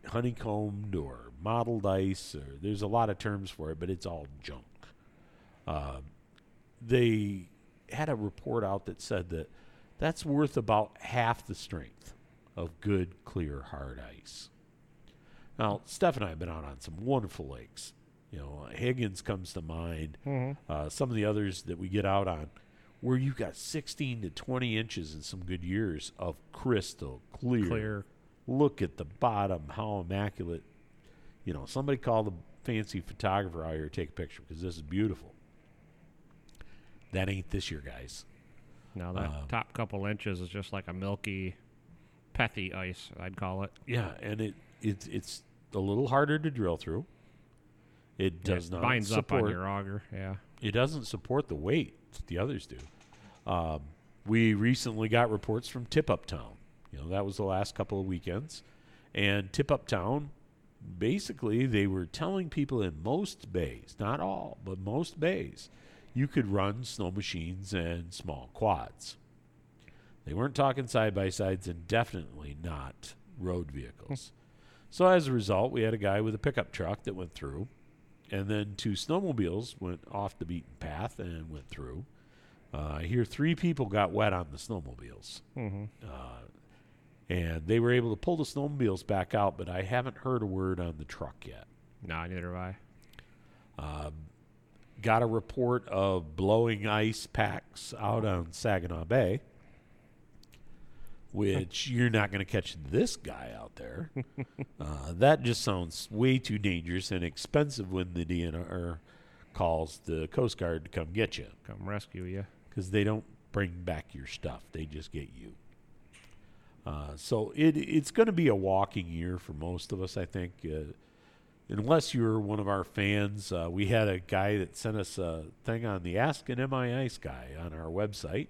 Speaker 4: honeycombed or mottled ice or there's a lot of terms for it but it's all junk uh, Um, they had a report out that said that that's worth about half the strength of good, clear, hard ice. Now, Steph and I have been out on some wonderful lakes. You know, Higgins comes to mind. Uh, some of the others that we get out on, where you've got 16 to 20 inches in some good years of crystal clear.
Speaker 3: Clear.
Speaker 4: Look at the bottom, how immaculate. You know, somebody call the fancy photographer out here to take a picture because this is beautiful. That ain't this year, guys.
Speaker 3: Now that
Speaker 4: Um,
Speaker 3: top couple inches is just like a milky, pethy ice. I'd call it.
Speaker 4: Yeah, and it it's it's a little harder to drill through. It does
Speaker 3: it
Speaker 4: not
Speaker 3: binds up
Speaker 4: support
Speaker 3: on your auger. Yeah.
Speaker 4: it doesn't support the weight that the others do. Um, we recently got reports from Tip Up Town. You know, that was the last couple of weekends. And Tip Up Town, basically, they were telling people in most bays, not all, but most bays, you could run snow machines and small quads. They weren't talking side by sides and definitely not road vehicles. so as a result, we had a guy with a pickup truck that went through and then two snowmobiles went off the beaten path and went through. Uh, I hear three people got wet on the snowmobiles, uh, and they were able to pull the snowmobiles back out. But I haven't heard a word on the truck yet.
Speaker 3: No, neither have I.
Speaker 4: Got a report of blowing ice packs out on Saginaw Bay, which you're not going to catch this guy out there. Uh, that just sounds way too dangerous and expensive when the DNR calls the Coast Guard to come get you
Speaker 3: Come rescue you.
Speaker 4: because they don't bring back your stuff; they just get you. Uh, so it it's going to be a walking year for most of us, I think, uh, unless you're one of our fans. Uh, we had a guy that sent us a thing on the Ask an MI Ice guy on our website,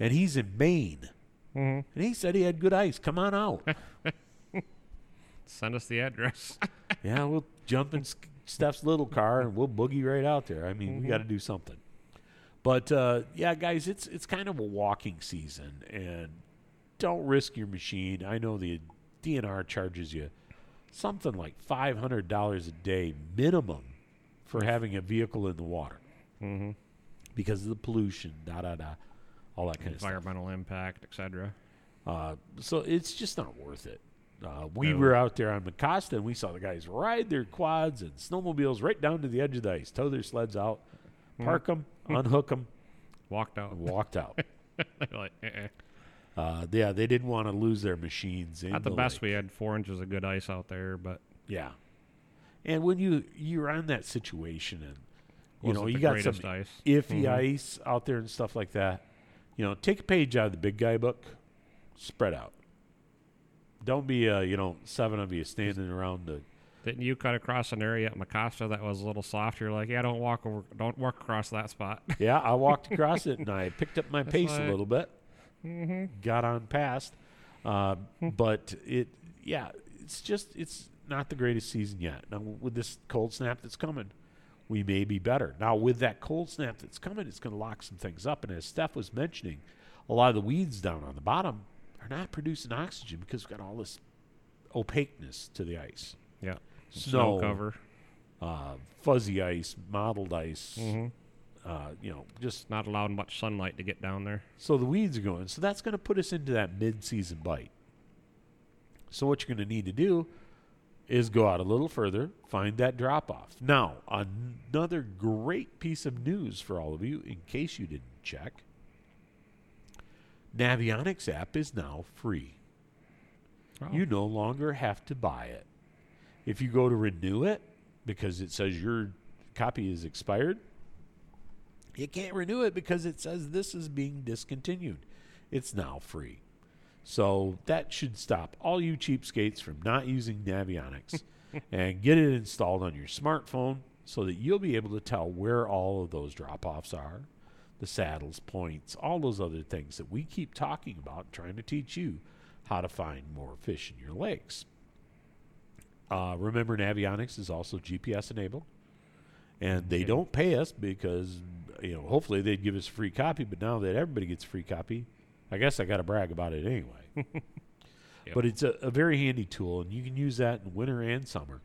Speaker 4: and he's in Maine, and he said he had good ice. Come on out.
Speaker 3: Send us the address.
Speaker 4: yeah, we'll jump in S- Steph's little car and we'll boogie right out there. I mean, we got to do something. But uh, yeah, guys, it's it's kind of a walking season, and don't risk your machine. I know the DNR charges you something like five hundred dollars a day minimum for having a vehicle in the water because of the pollution, da da da, all that kind of stuff.
Speaker 3: Environmental impact, etc.
Speaker 4: Uh, so it's just not worth it. Uh, we were out there on Macosta and we saw the guys ride their quads and snowmobiles right down to the edge of the ice, tow their sleds out, park them, unhook them,
Speaker 3: Walked out.
Speaker 4: and walked out.
Speaker 3: like, uh-uh.
Speaker 4: Uh, yeah, they didn't want to lose their machines. In
Speaker 3: Not the,
Speaker 4: the
Speaker 3: best.
Speaker 4: lake.
Speaker 3: We had four inches of good ice out there, but
Speaker 4: Yeah. And when you you're on that situation and you
Speaker 3: Wasn't
Speaker 4: know Oh,
Speaker 3: the
Speaker 4: you got some
Speaker 3: greatest Mm-hmm.
Speaker 4: iffy
Speaker 3: ice.
Speaker 4: ice out there and stuff like that, you know, take a page out of the big guy book, spread out. Don't be uh, you know seven of you standing around the
Speaker 3: didn't you cut across an area at Macosta that was a little soft? You're like, yeah, don't walk over, don't walk across that spot.
Speaker 4: Yeah, I walked across it and I picked up my pace a
Speaker 3: right.
Speaker 4: little bit. Got on past, uh, but it, yeah, it's just it's not the greatest season yet. Now with this cold snap that's coming, we may be better. Now with that cold snap that's coming, it's going to lock some things up. And as Steph was mentioning, a lot of the weeds down on the bottom are not producing oxygen because we've got all this opaqueness to the ice.
Speaker 3: yeah,
Speaker 4: Snow.
Speaker 3: cover.
Speaker 4: Uh, fuzzy ice, mottled ice,
Speaker 3: Mm-hmm.
Speaker 4: uh, you know, just
Speaker 3: Not allowed much sunlight to get down there.
Speaker 4: So the weeds are going. So that's going to put us into that mid-season bite. So what you're going to need to do is go out a little further, find that drop off. Now, another great piece of news for all of you in case you didn't check. Navionics app is now free.
Speaker 3: Oh.
Speaker 4: You no longer have to buy it. If you go to renew it because it says your copy is expired, you can't renew it because it says this is being discontinued. It's now free. So that should stop all you cheapskates from not using Navionics and get it installed on your smartphone so that you'll be able to tell where all of those drop offs are, the saddles, points, all those other things that we keep talking about, trying to teach you how to find more fish in your lakes. Uh, remember, Navionics is also GPS enabled, and they don't pay us because you know hopefully they'd give us a free copy. But now that everybody gets a free copy, I guess I got to brag about it anyway. But it's a, a very handy tool, and you can use that in winter and summer,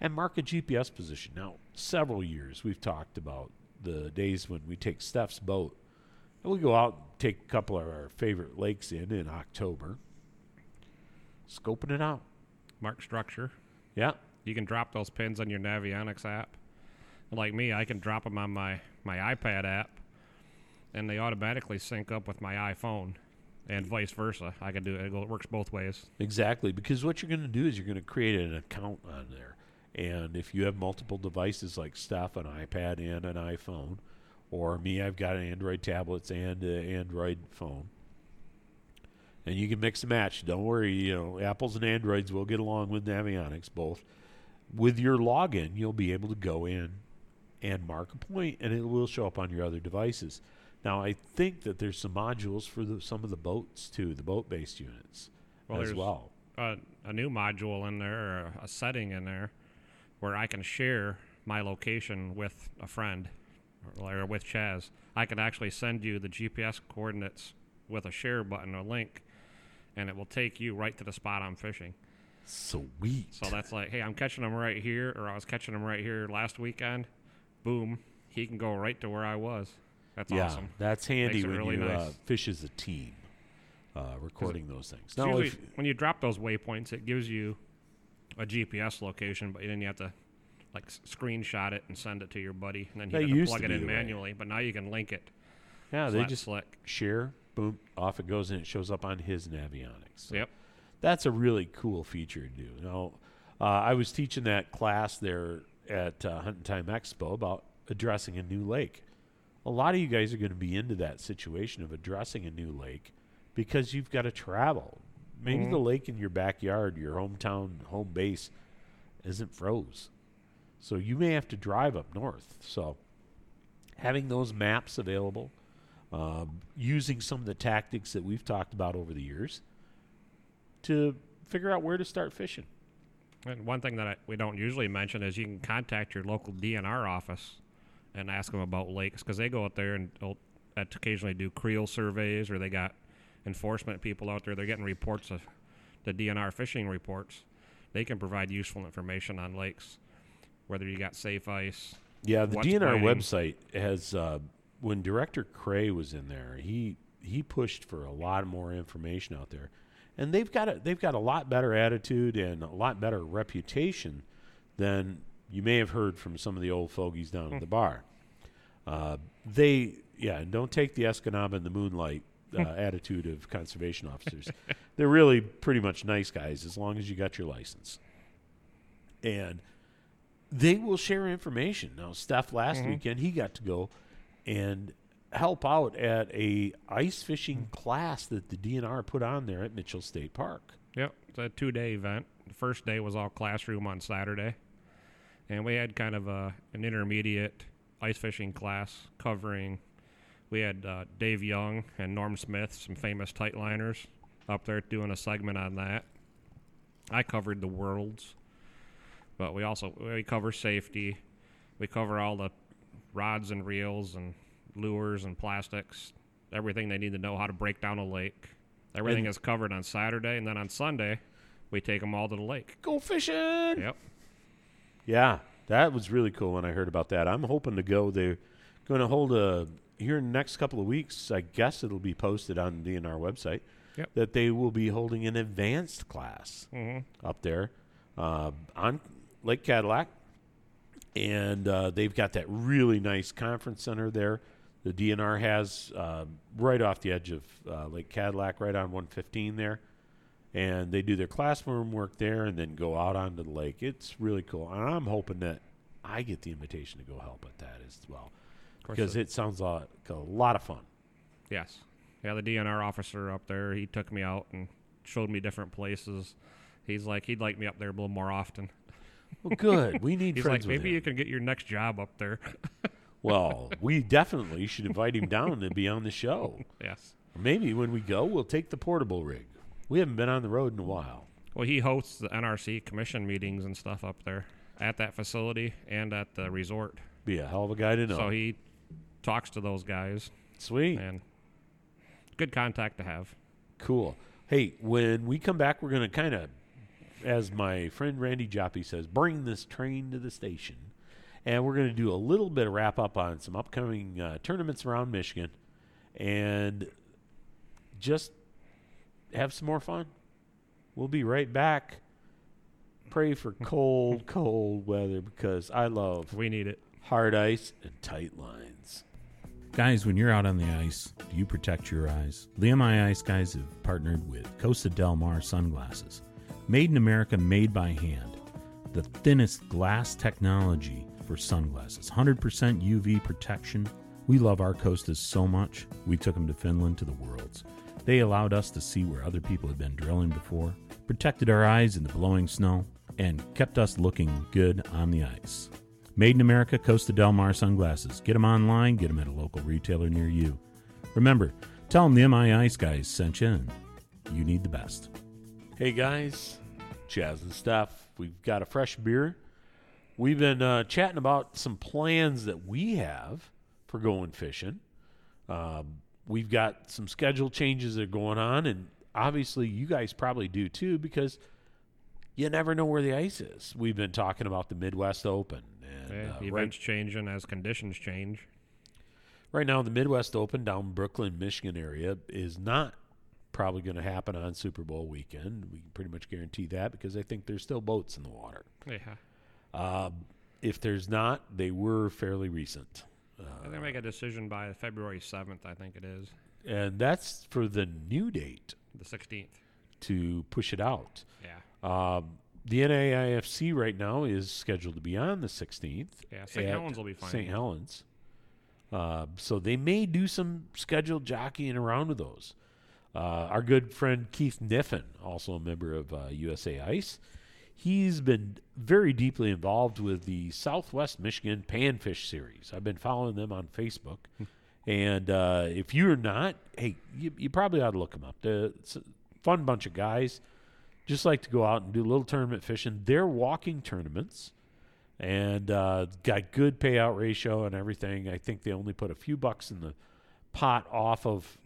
Speaker 4: and mark a GPS position. Now, several years we've talked about the days when we take Steph's boat And we go out and take a couple of our favorite lakes in in October, scoping it out.
Speaker 3: Mark structure.
Speaker 4: Yeah.
Speaker 3: You can drop those pins on your Navionics app. Like me, I can drop them on my, my iPad app, and they automatically sync up with my iPhone, and vice versa. I can do it. It go- it works both ways.
Speaker 4: Exactly, because what you're going to do is you're going to create an account on there. And if you have multiple devices like stuff, an iPad and an iPhone, or me, I've got Android tablets and an Android phone. And you can mix and match. Don't worry, you know, apples and androids will get along with Navionics both. With your login, you'll be able to go in and mark a point, and it will show up on your other devices. Now, I think that there's some modules for the, some of the boats too, the boat-based units
Speaker 3: Well,
Speaker 4: as
Speaker 3: there's-
Speaker 4: well.
Speaker 3: A, a new module in there, or a setting in there, where I can share my location with a friend, or, or with Chaz. I can actually send you the GPS coordinates with a share button or link, and it will take you right to the spot I'm fishing.
Speaker 4: Sweet.
Speaker 3: So that's like, hey, I'm catching them right here, or I was catching them right here last weekend. Boom, he can go right to where I was. That's
Speaker 4: yeah,
Speaker 3: awesome.
Speaker 4: that's handy
Speaker 3: Makes it
Speaker 4: when
Speaker 3: really
Speaker 4: you uh,
Speaker 3: nice.
Speaker 4: fish as a team, uh, recording those things.
Speaker 3: So
Speaker 4: Now,
Speaker 3: usually
Speaker 4: if,
Speaker 3: when you drop those waypoints, it gives you a GPS location, but then you have to like s- screenshot it and send it to your buddy, and then
Speaker 4: That
Speaker 3: you have to
Speaker 4: used
Speaker 3: plug
Speaker 4: to
Speaker 3: it
Speaker 4: be
Speaker 3: in
Speaker 4: the way.
Speaker 3: manually. But now you can link it.
Speaker 4: yeah,
Speaker 3: So
Speaker 4: they
Speaker 3: that's
Speaker 4: just
Speaker 3: slick.
Speaker 4: share, boom, off it goes, and it shows up on his Navionics. So
Speaker 3: Yep.
Speaker 4: that's a really cool feature to do. Now, uh, I was teaching that class there at uh, Hunt and Time Expo about addressing a new lake. A lot of you guys are going to be into that situation of addressing a new lake because you've got to travel. Maybe the lake in your backyard, your hometown home base, isn't froze. So you may have to drive up north. So having those maps available, um, using some of the tactics that we've talked about over the years to figure out where to start fishing.
Speaker 3: And one thing that I, we don't usually mention is you can contact your local DNR office and ask them about lakes because they go out there and they'll occasionally do creel surveys or they got enforcement people out there. They're getting reports of the DNR fishing reports. They can provide useful information on lakes, whether you got safe ice.
Speaker 4: Yeah, the
Speaker 3: What's
Speaker 4: DNR
Speaker 3: biting?
Speaker 4: website has uh, when Director Cray was in there, he he pushed for a lot more information out there, and they've got a, they've got a lot better attitude and a lot better reputation than you may have heard from some of the old fogies down at the bar. Uh, they yeah, and don't take the Escanaba and the Moonlight uh, attitude of conservation officers. They're really pretty much nice guys as long as you got your license. And they will share information. Now, Steph last weekend he got to go and help out at a ice fishing class that the DNR put on there at Mitchell State Park.
Speaker 3: Yep, it's a two day event. The first day was all classroom on Saturday, and we had kind of a, an intermediate ice fishing class covering. We had uh, Dave Young and Norm Smith, some famous tightliners, up there doing a segment on that. I covered the worlds, but we also we cover safety. We cover all the rods and reels and lures and plastics, everything they need to know how to break down a lake. Everything is covered on Saturday, and then on Sunday, we take them all to the lake.
Speaker 4: Go fishing!
Speaker 3: Yep.
Speaker 4: Yeah, that was really cool when I heard about that. I'm hoping to go. They're going to hold a here in the next couple of weeks. I guess it'll be posted on the DNR website
Speaker 3: Yep.
Speaker 4: that they will be holding an advanced class up there uh, on Lake Cadillac, and uh, they've got that really nice conference center there. The DNR has uh, right off the edge of uh, Lake Cadillac, right on 115 there and they do their classroom work there and then go out onto the lake. It's really cool. And I'm hoping that I get the invitation to go help at that as well. Because it sounds like a lot of fun.
Speaker 3: Yes. Yeah, the DNR officer up there, he took me out and showed me different places. He's like, he'd like me up there a little more often.
Speaker 4: Well, good. We need
Speaker 3: He's
Speaker 4: friends.
Speaker 3: like, maybe
Speaker 4: with
Speaker 3: you
Speaker 4: him.
Speaker 3: can get your next job up there.
Speaker 4: Well, we definitely should invite him down to be on the show.
Speaker 3: yes.
Speaker 4: Maybe when we go, we'll take the portable rig. We haven't been on the road in a while.
Speaker 3: Well, he hosts the NRC commission meetings and stuff up there at that facility and at the resort.
Speaker 4: Be a hell of a guy to know.
Speaker 3: So he talks to those guys,
Speaker 4: Sweet.
Speaker 3: and good contact to have.
Speaker 4: Cool. Hey, when we come back, we're going to kind of, as my friend Randy Joppy says, bring this train to the station. And we're going to do a little bit of wrap up on some upcoming uh, tournaments around Michigan and just have some more fun. We'll be right back. Pray for cold, cold weather because I love
Speaker 3: We need it.
Speaker 4: hard ice and tight lines.
Speaker 2: Guys, when you're out on the ice, do you protect your eyes? The MI Ice guys have partnered with Costa Del Mar sunglasses. Made in America, made by hand. The thinnest glass technology for sunglasses. 100% UV protection. We love our Costas so much, we took them to Finland to the Worlds. They allowed us to see where other people had been drilling before, protected our eyes in the blowing snow, and kept us looking good on the ice. Made in America Costa Del Mar sunglasses. Get them online, get them at a local retailer near you. Remember, tell them the MI Ice guys sent you, and you need the best.
Speaker 4: Hey guys, Chaz and Steph, we've got a fresh beer. We've been uh, chatting about some plans that we have for going fishing. Um, we've got some schedule changes that are going on, and obviously, you guys probably do too because you never know where the ice is. We've been talking about the Midwest Open, and
Speaker 3: Yeah,
Speaker 4: uh,
Speaker 3: Eh, events
Speaker 4: right
Speaker 3: changing as conditions change.
Speaker 4: right now the Midwest Open down Brooklyn, Michigan area is not probably going to happen on Super Bowl weekend. We can pretty much guarantee that because I think there's still boats in the water.
Speaker 3: Yeah.
Speaker 4: Um, if there's not, they were fairly recent,
Speaker 3: They're gonna make a decision by February seventh, I think it is.
Speaker 4: and that's for the new date
Speaker 3: The sixteenth.
Speaker 4: to push it out.
Speaker 3: Yeah.
Speaker 4: Um, the NAIFC right now is scheduled to be on the 16th.
Speaker 3: Yeah, St.
Speaker 4: at
Speaker 3: Helens will be fine.
Speaker 4: St. Helens. Uh, so they may do some scheduled jockeying around with those. Uh, our good friend Keith Niffin, also a member of uh, USA Ice, he's been very deeply involved with the Southwest Michigan Panfish Series. I've been following them on Facebook.
Speaker 3: Hmm.
Speaker 4: and uh, if you're not, hey, you, you probably ought to look them up. They're- It's a fun bunch of guys. Just like to go out and do a little tournament fishing. They're walking tournaments and uh, got good payout ratio and everything. I think they only put a few bucks in the pot off of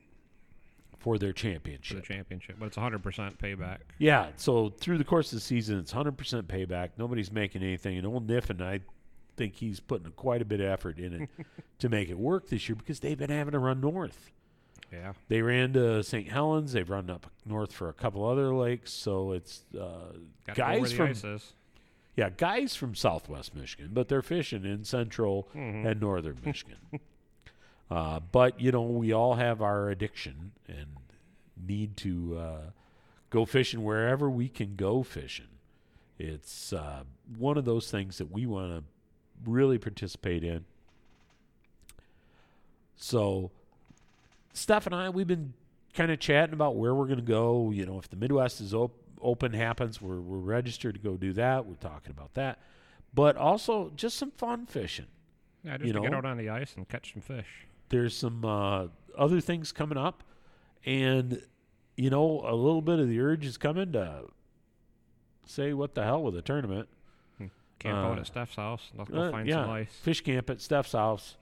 Speaker 4: for their
Speaker 3: For the
Speaker 4: championship.
Speaker 3: championship, but it's hundred percent payback.
Speaker 4: Yeah, so through the course of the season, it's 100% payback. Nobody's making anything. And old Niff and I think he's putting quite a bit of effort in it to make it work this year because they've been having to run north.
Speaker 3: Yeah.
Speaker 4: They ran to St. Helens. They've run up north for a couple other lakes. So it's uh,
Speaker 3: Gotta go where
Speaker 4: guys
Speaker 3: the
Speaker 4: from
Speaker 3: ice is.
Speaker 4: yeah, guys from Southwest Michigan, but they're fishing in Central and Northern Michigan. uh, but you know, we all have our addiction and need to uh, go fishing wherever we can go fishing. It's uh, one of those things that we want to really participate in. So, Steph and I, we've been kind of chatting about where we're going to go. You know, if the Midwest is op- open happens, we're, we're registered to go do that. We're talking about that, but also just some fun fishing.
Speaker 3: Yeah, just
Speaker 4: you
Speaker 3: to get
Speaker 4: know?
Speaker 3: out on the ice and catch some fish.
Speaker 4: There's some uh, other things coming up, and you know, a little bit of the urge is coming to say what the hell with the tournament.
Speaker 3: Camp out
Speaker 4: Uh,
Speaker 3: at Steph's house. Let's go
Speaker 4: Uh,
Speaker 3: find
Speaker 4: yeah,
Speaker 3: some ice.
Speaker 4: fish camp at Steph's house.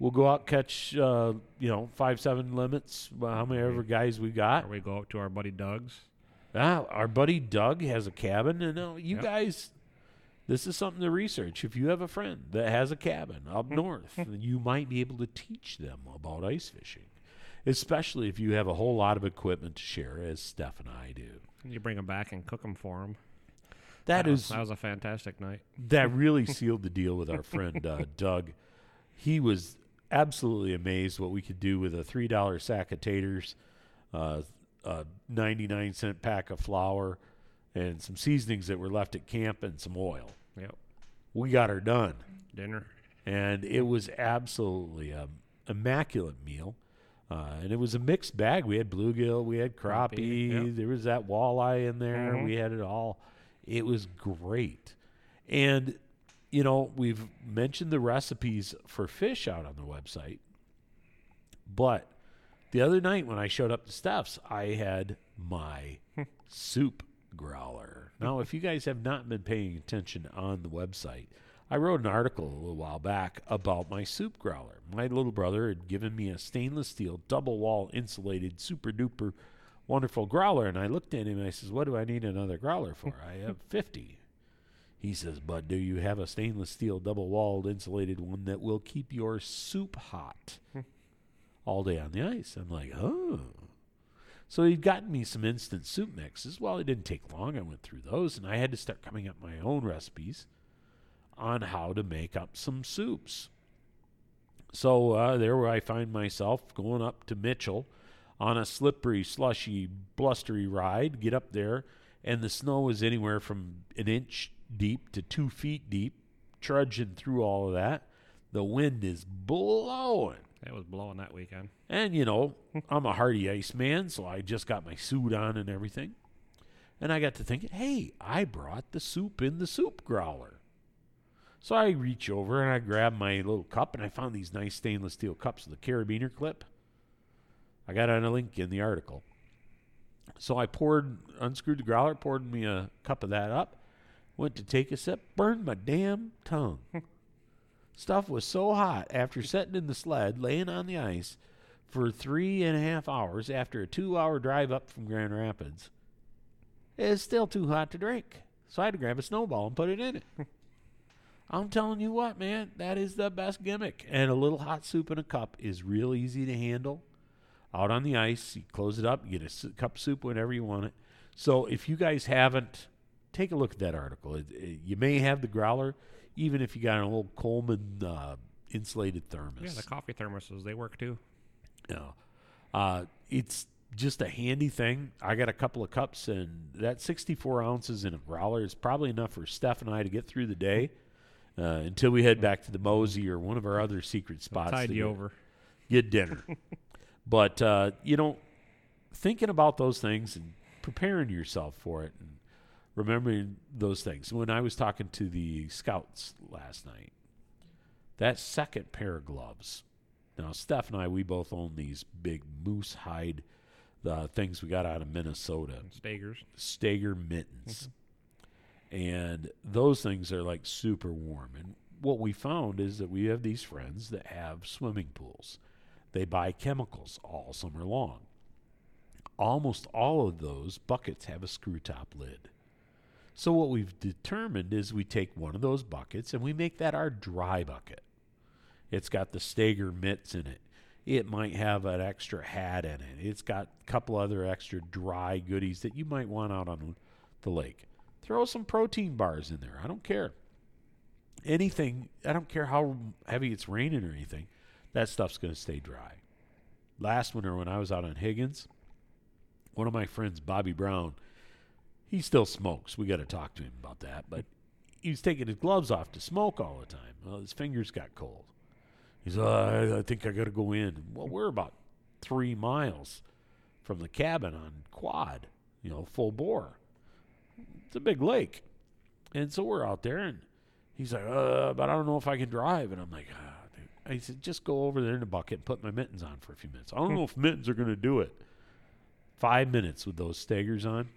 Speaker 4: We'll go out catch, uh, you know, five seven limits. well, How many ever guys we got?
Speaker 3: Or we go up to our buddy Doug's.
Speaker 4: Ah, our buddy Doug has a cabin, and uh, you
Speaker 3: Yep.
Speaker 4: guys, this is something to research. If you have a friend that has a cabin up north, you might be able to teach them about ice fishing, especially if you have a whole lot of equipment to share, as Steph and I do.
Speaker 3: And you bring them back and cook them for them.
Speaker 4: That is
Speaker 3: that was a fantastic night.
Speaker 4: that really sealed the deal with our friend uh, Doug. He was absolutely amazed what we could do with a three dollar sack of taters, uh, a ninety nine cent pack of flour, and some seasonings that were left at camp and some oil.
Speaker 3: Yep.
Speaker 4: We got her done,
Speaker 3: Dinner.
Speaker 4: and it was absolutely an immaculate meal. Uh, and it was a mixed bag. We had bluegill, we had crappie,
Speaker 3: Crappie, yep.
Speaker 4: there was that walleye in there. We had it all. It was great. And, you know, we've mentioned the recipes for fish out on the website. But the other night when I showed up to Steph's, I had my soup growler. Now, if you guys have not been paying attention on the website, I wrote an article a little while back about my soup growler. My little brother had given me a stainless steel double wall insulated super duper wonderful growler and I looked at him and I says, "What do I need another growler for? I have 50." He says, "But do you have a stainless steel double walled insulated one that will keep your soup hot?" all day on the ice. I'm like, oh. So he'd gotten me some instant soup mixes. Well, it didn't take long. I went through those, and I had to start coming up with my own recipes on how to make up some soups. So uh, there, where I find myself going up to Mitchell on a slippery, slushy, blustery ride. Get up there, and the snow is anywhere from an inch deep to two feet deep. Trudging through all of that, the wind is blowing.
Speaker 3: It was blowing that weekend.
Speaker 4: And you know, I'm a hardy ice man, so I just got my suit on and everything. And I got to thinking, hey, I brought the soup in the soup growler. So I reach over and I grab my little cup, and I found these nice stainless steel cups with a carabiner clip. I got on a link in the article. So I poured, unscrewed the growler, poured me a cup of that up, went to take a sip, burned my damn tongue. Stuff was so hot after sitting in the sled, laying on the ice for three and a half hours after a two hour drive up from Grand Rapids. It's still too hot to drink. So I had to grab a snowball and put it in it. I'm telling you what, man, that is the best gimmick. And a little hot soup in a cup is real easy to handle. Out on the ice, you close it up, you get a s- cup of soup whenever you want it. So if you guys haven't, take a look at that article. It, it- you may have the growler, even if you got an old Coleman uh, insulated thermos.
Speaker 3: Yeah, the coffee thermoses, they work too.
Speaker 4: No. Uh, it's just a handy thing. I got a couple of cups, and that 64 ounces in a growler is probably enough for Steph and I to get through the day uh, until we head back to the Mosey or one of our other secret spots.
Speaker 3: Tide
Speaker 4: to
Speaker 3: you
Speaker 4: get-
Speaker 3: over.
Speaker 4: get dinner. but uh, you know, thinking about those things and preparing yourself for it and remembering those things. When I was talking to the scouts last night, that second pair of gloves. Now, Steph and I, we both own these big moose hide uh, things we got out of Minnesota.
Speaker 3: Stagers.
Speaker 4: Stager mittens. And those things are like super warm. And what we found is that we have these friends that have swimming pools. They buy chemicals all summer long. Almost all of those buckets have a screw top lid. So, what we've determined is we take one of those buckets and we make that our dry bucket. It's got the Stager mitts in it. It might have an extra hat in it. It's got a couple other extra dry goodies that you might want out on the lake. Throw some protein bars in there. I don't care. Anything, I don't care how heavy it's raining or anything, that stuff's going to stay dry. Last winter, when I was out on Higgins, one of my friends, Bobby Brown, he still smokes. We got to talk to him about that. But he was taking his gloves off to smoke all the time. Well, his fingers got cold. He's, uh, I- I think I got to go in. Well, we're about three miles from the cabin on quad, you know, full bore. It's a big lake. And so we're out there, and he's like, uh, but I don't know if I can drive. And I'm like, ah, dude. I said, just go over there in the bucket and put my mittens on for a few minutes. I
Speaker 3: Hmm.
Speaker 4: don't know if mittens are going to do it. Five minutes with those staggers on.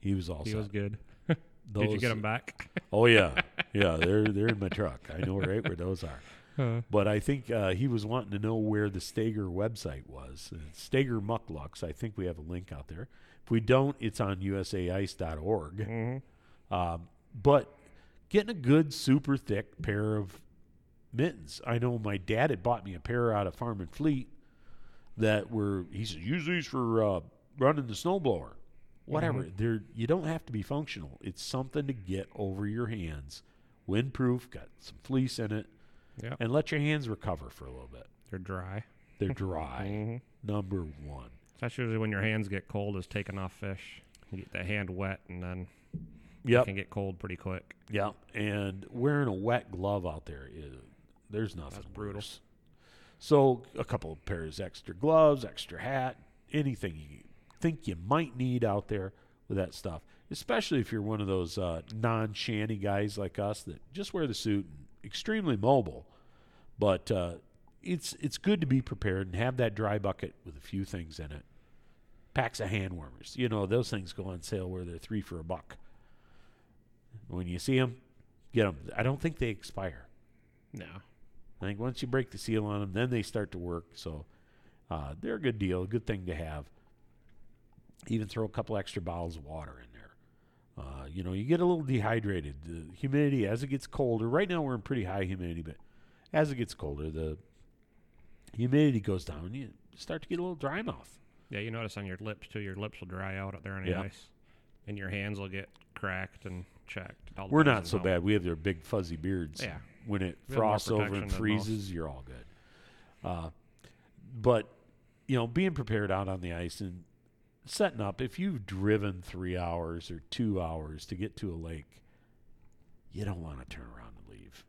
Speaker 4: He was all
Speaker 3: Hmm. He
Speaker 4: set.
Speaker 3: was good.
Speaker 4: Those,
Speaker 3: Did you get them back?
Speaker 4: Oh yeah, yeah. They're they're in my truck. I know right where those are. But I think uh, he was wanting to know where the Stager website was. Uh, Stager Mucklucks. I think we have a link out there. If we don't, it's on usaice.org. E Um, but getting a good, super thick pair of mittens. I know my dad had bought me a pair out of Farm and Fleet that were. He said use these for uh, running the snowblower whatever. There, you don't have to be functional. It's something to get over your hands. Windproof, got some fleece in it,
Speaker 3: yeah.
Speaker 4: and let your hands recover for a little bit.
Speaker 3: They're dry.
Speaker 4: They're dry. Number one.
Speaker 3: That's usually when your hands get cold is taking off fish. You get the hand wet and then it
Speaker 4: Yep.
Speaker 3: can get cold pretty quick.
Speaker 4: Yep. And wearing a wet glove out there is there's nothing
Speaker 3: brutal.
Speaker 4: worse. So a couple of pairs extra gloves, extra hat, anything you think you might need out there with that stuff. Especially if you're one of those uh, non-shanty guys like us that just wear the suit and extremely mobile. But uh, it's it's good to be prepared and have that dry bucket with a few things in it. Packs of hand warmers, you know those things go on sale where they're three for a buck. When you see them, get them. I don't think they expire.
Speaker 3: No.
Speaker 4: I think once you break the seal on them, then they start to work. So uh, they're a good deal, a good thing to have. Even throw a couple extra bottles of water in there. Uh, you know, you get a little dehydrated. The humidity as it gets colder. Right now we're in pretty high humidity, but as it gets colder, the humidity goes down, you start to get a little dry mouth.
Speaker 3: Yeah, you notice on your lips too. Your lips will dry out up there on the
Speaker 4: Yeah.
Speaker 3: ice, and your hands will get cracked and checked. All
Speaker 4: We're not
Speaker 3: depends
Speaker 4: so
Speaker 3: on how-
Speaker 4: bad. We have their big fuzzy beards.
Speaker 3: Yeah.
Speaker 4: When it
Speaker 3: We have more
Speaker 4: frosts over
Speaker 3: protection
Speaker 4: and
Speaker 3: than
Speaker 4: freezes, you're all good. Uh, but you know, being prepared out on the ice and setting up. If you've driven three hours or two hours to get to a lake, you don't want to turn around and leave.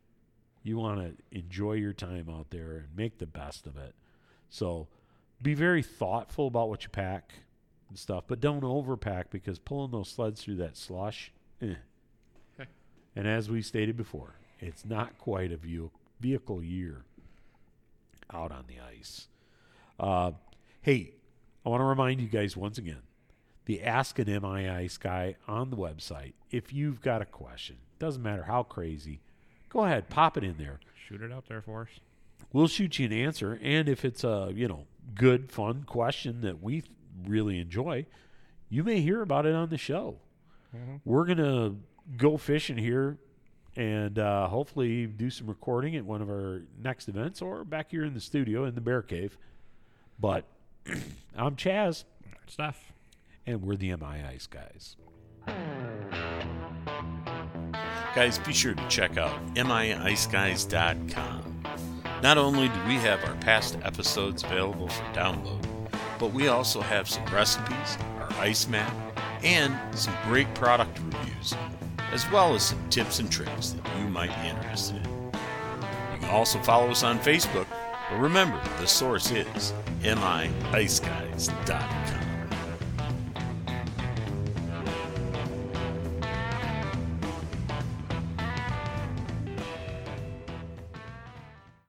Speaker 4: You want to enjoy your time out there and make the best of it. So be very thoughtful about what you pack and stuff, but don't overpack because pulling those sleds through that slush. Eh. And as we stated before, it's not quite a view, vehicle year out on the ice. Uh, hey, I want to remind you guys once again the Ask an MI Ice Guy on the website. If you've got a question, doesn't matter how crazy, go ahead, pop it in there.
Speaker 3: Shoot it out there for us.
Speaker 4: We'll shoot you an answer. And if it's a, you know, good, fun question that we th- really enjoy, you may hear about it on the show. We're going to go fishing here and uh, hopefully do some recording at one of our next events or back here in the studio in the bear cave. But I'm Chaz,
Speaker 3: Good stuff.
Speaker 4: and we're the MI Ice guys.
Speaker 2: Guys, be sure to check out miiceguys.com. Not only do we have our past episodes available for download, but we also have some recipes, our ice map, and some great product reviews, as well as some tips and tricks that you might be interested in. You can also follow us on Facebook, but remember, the source is miiceguys.com.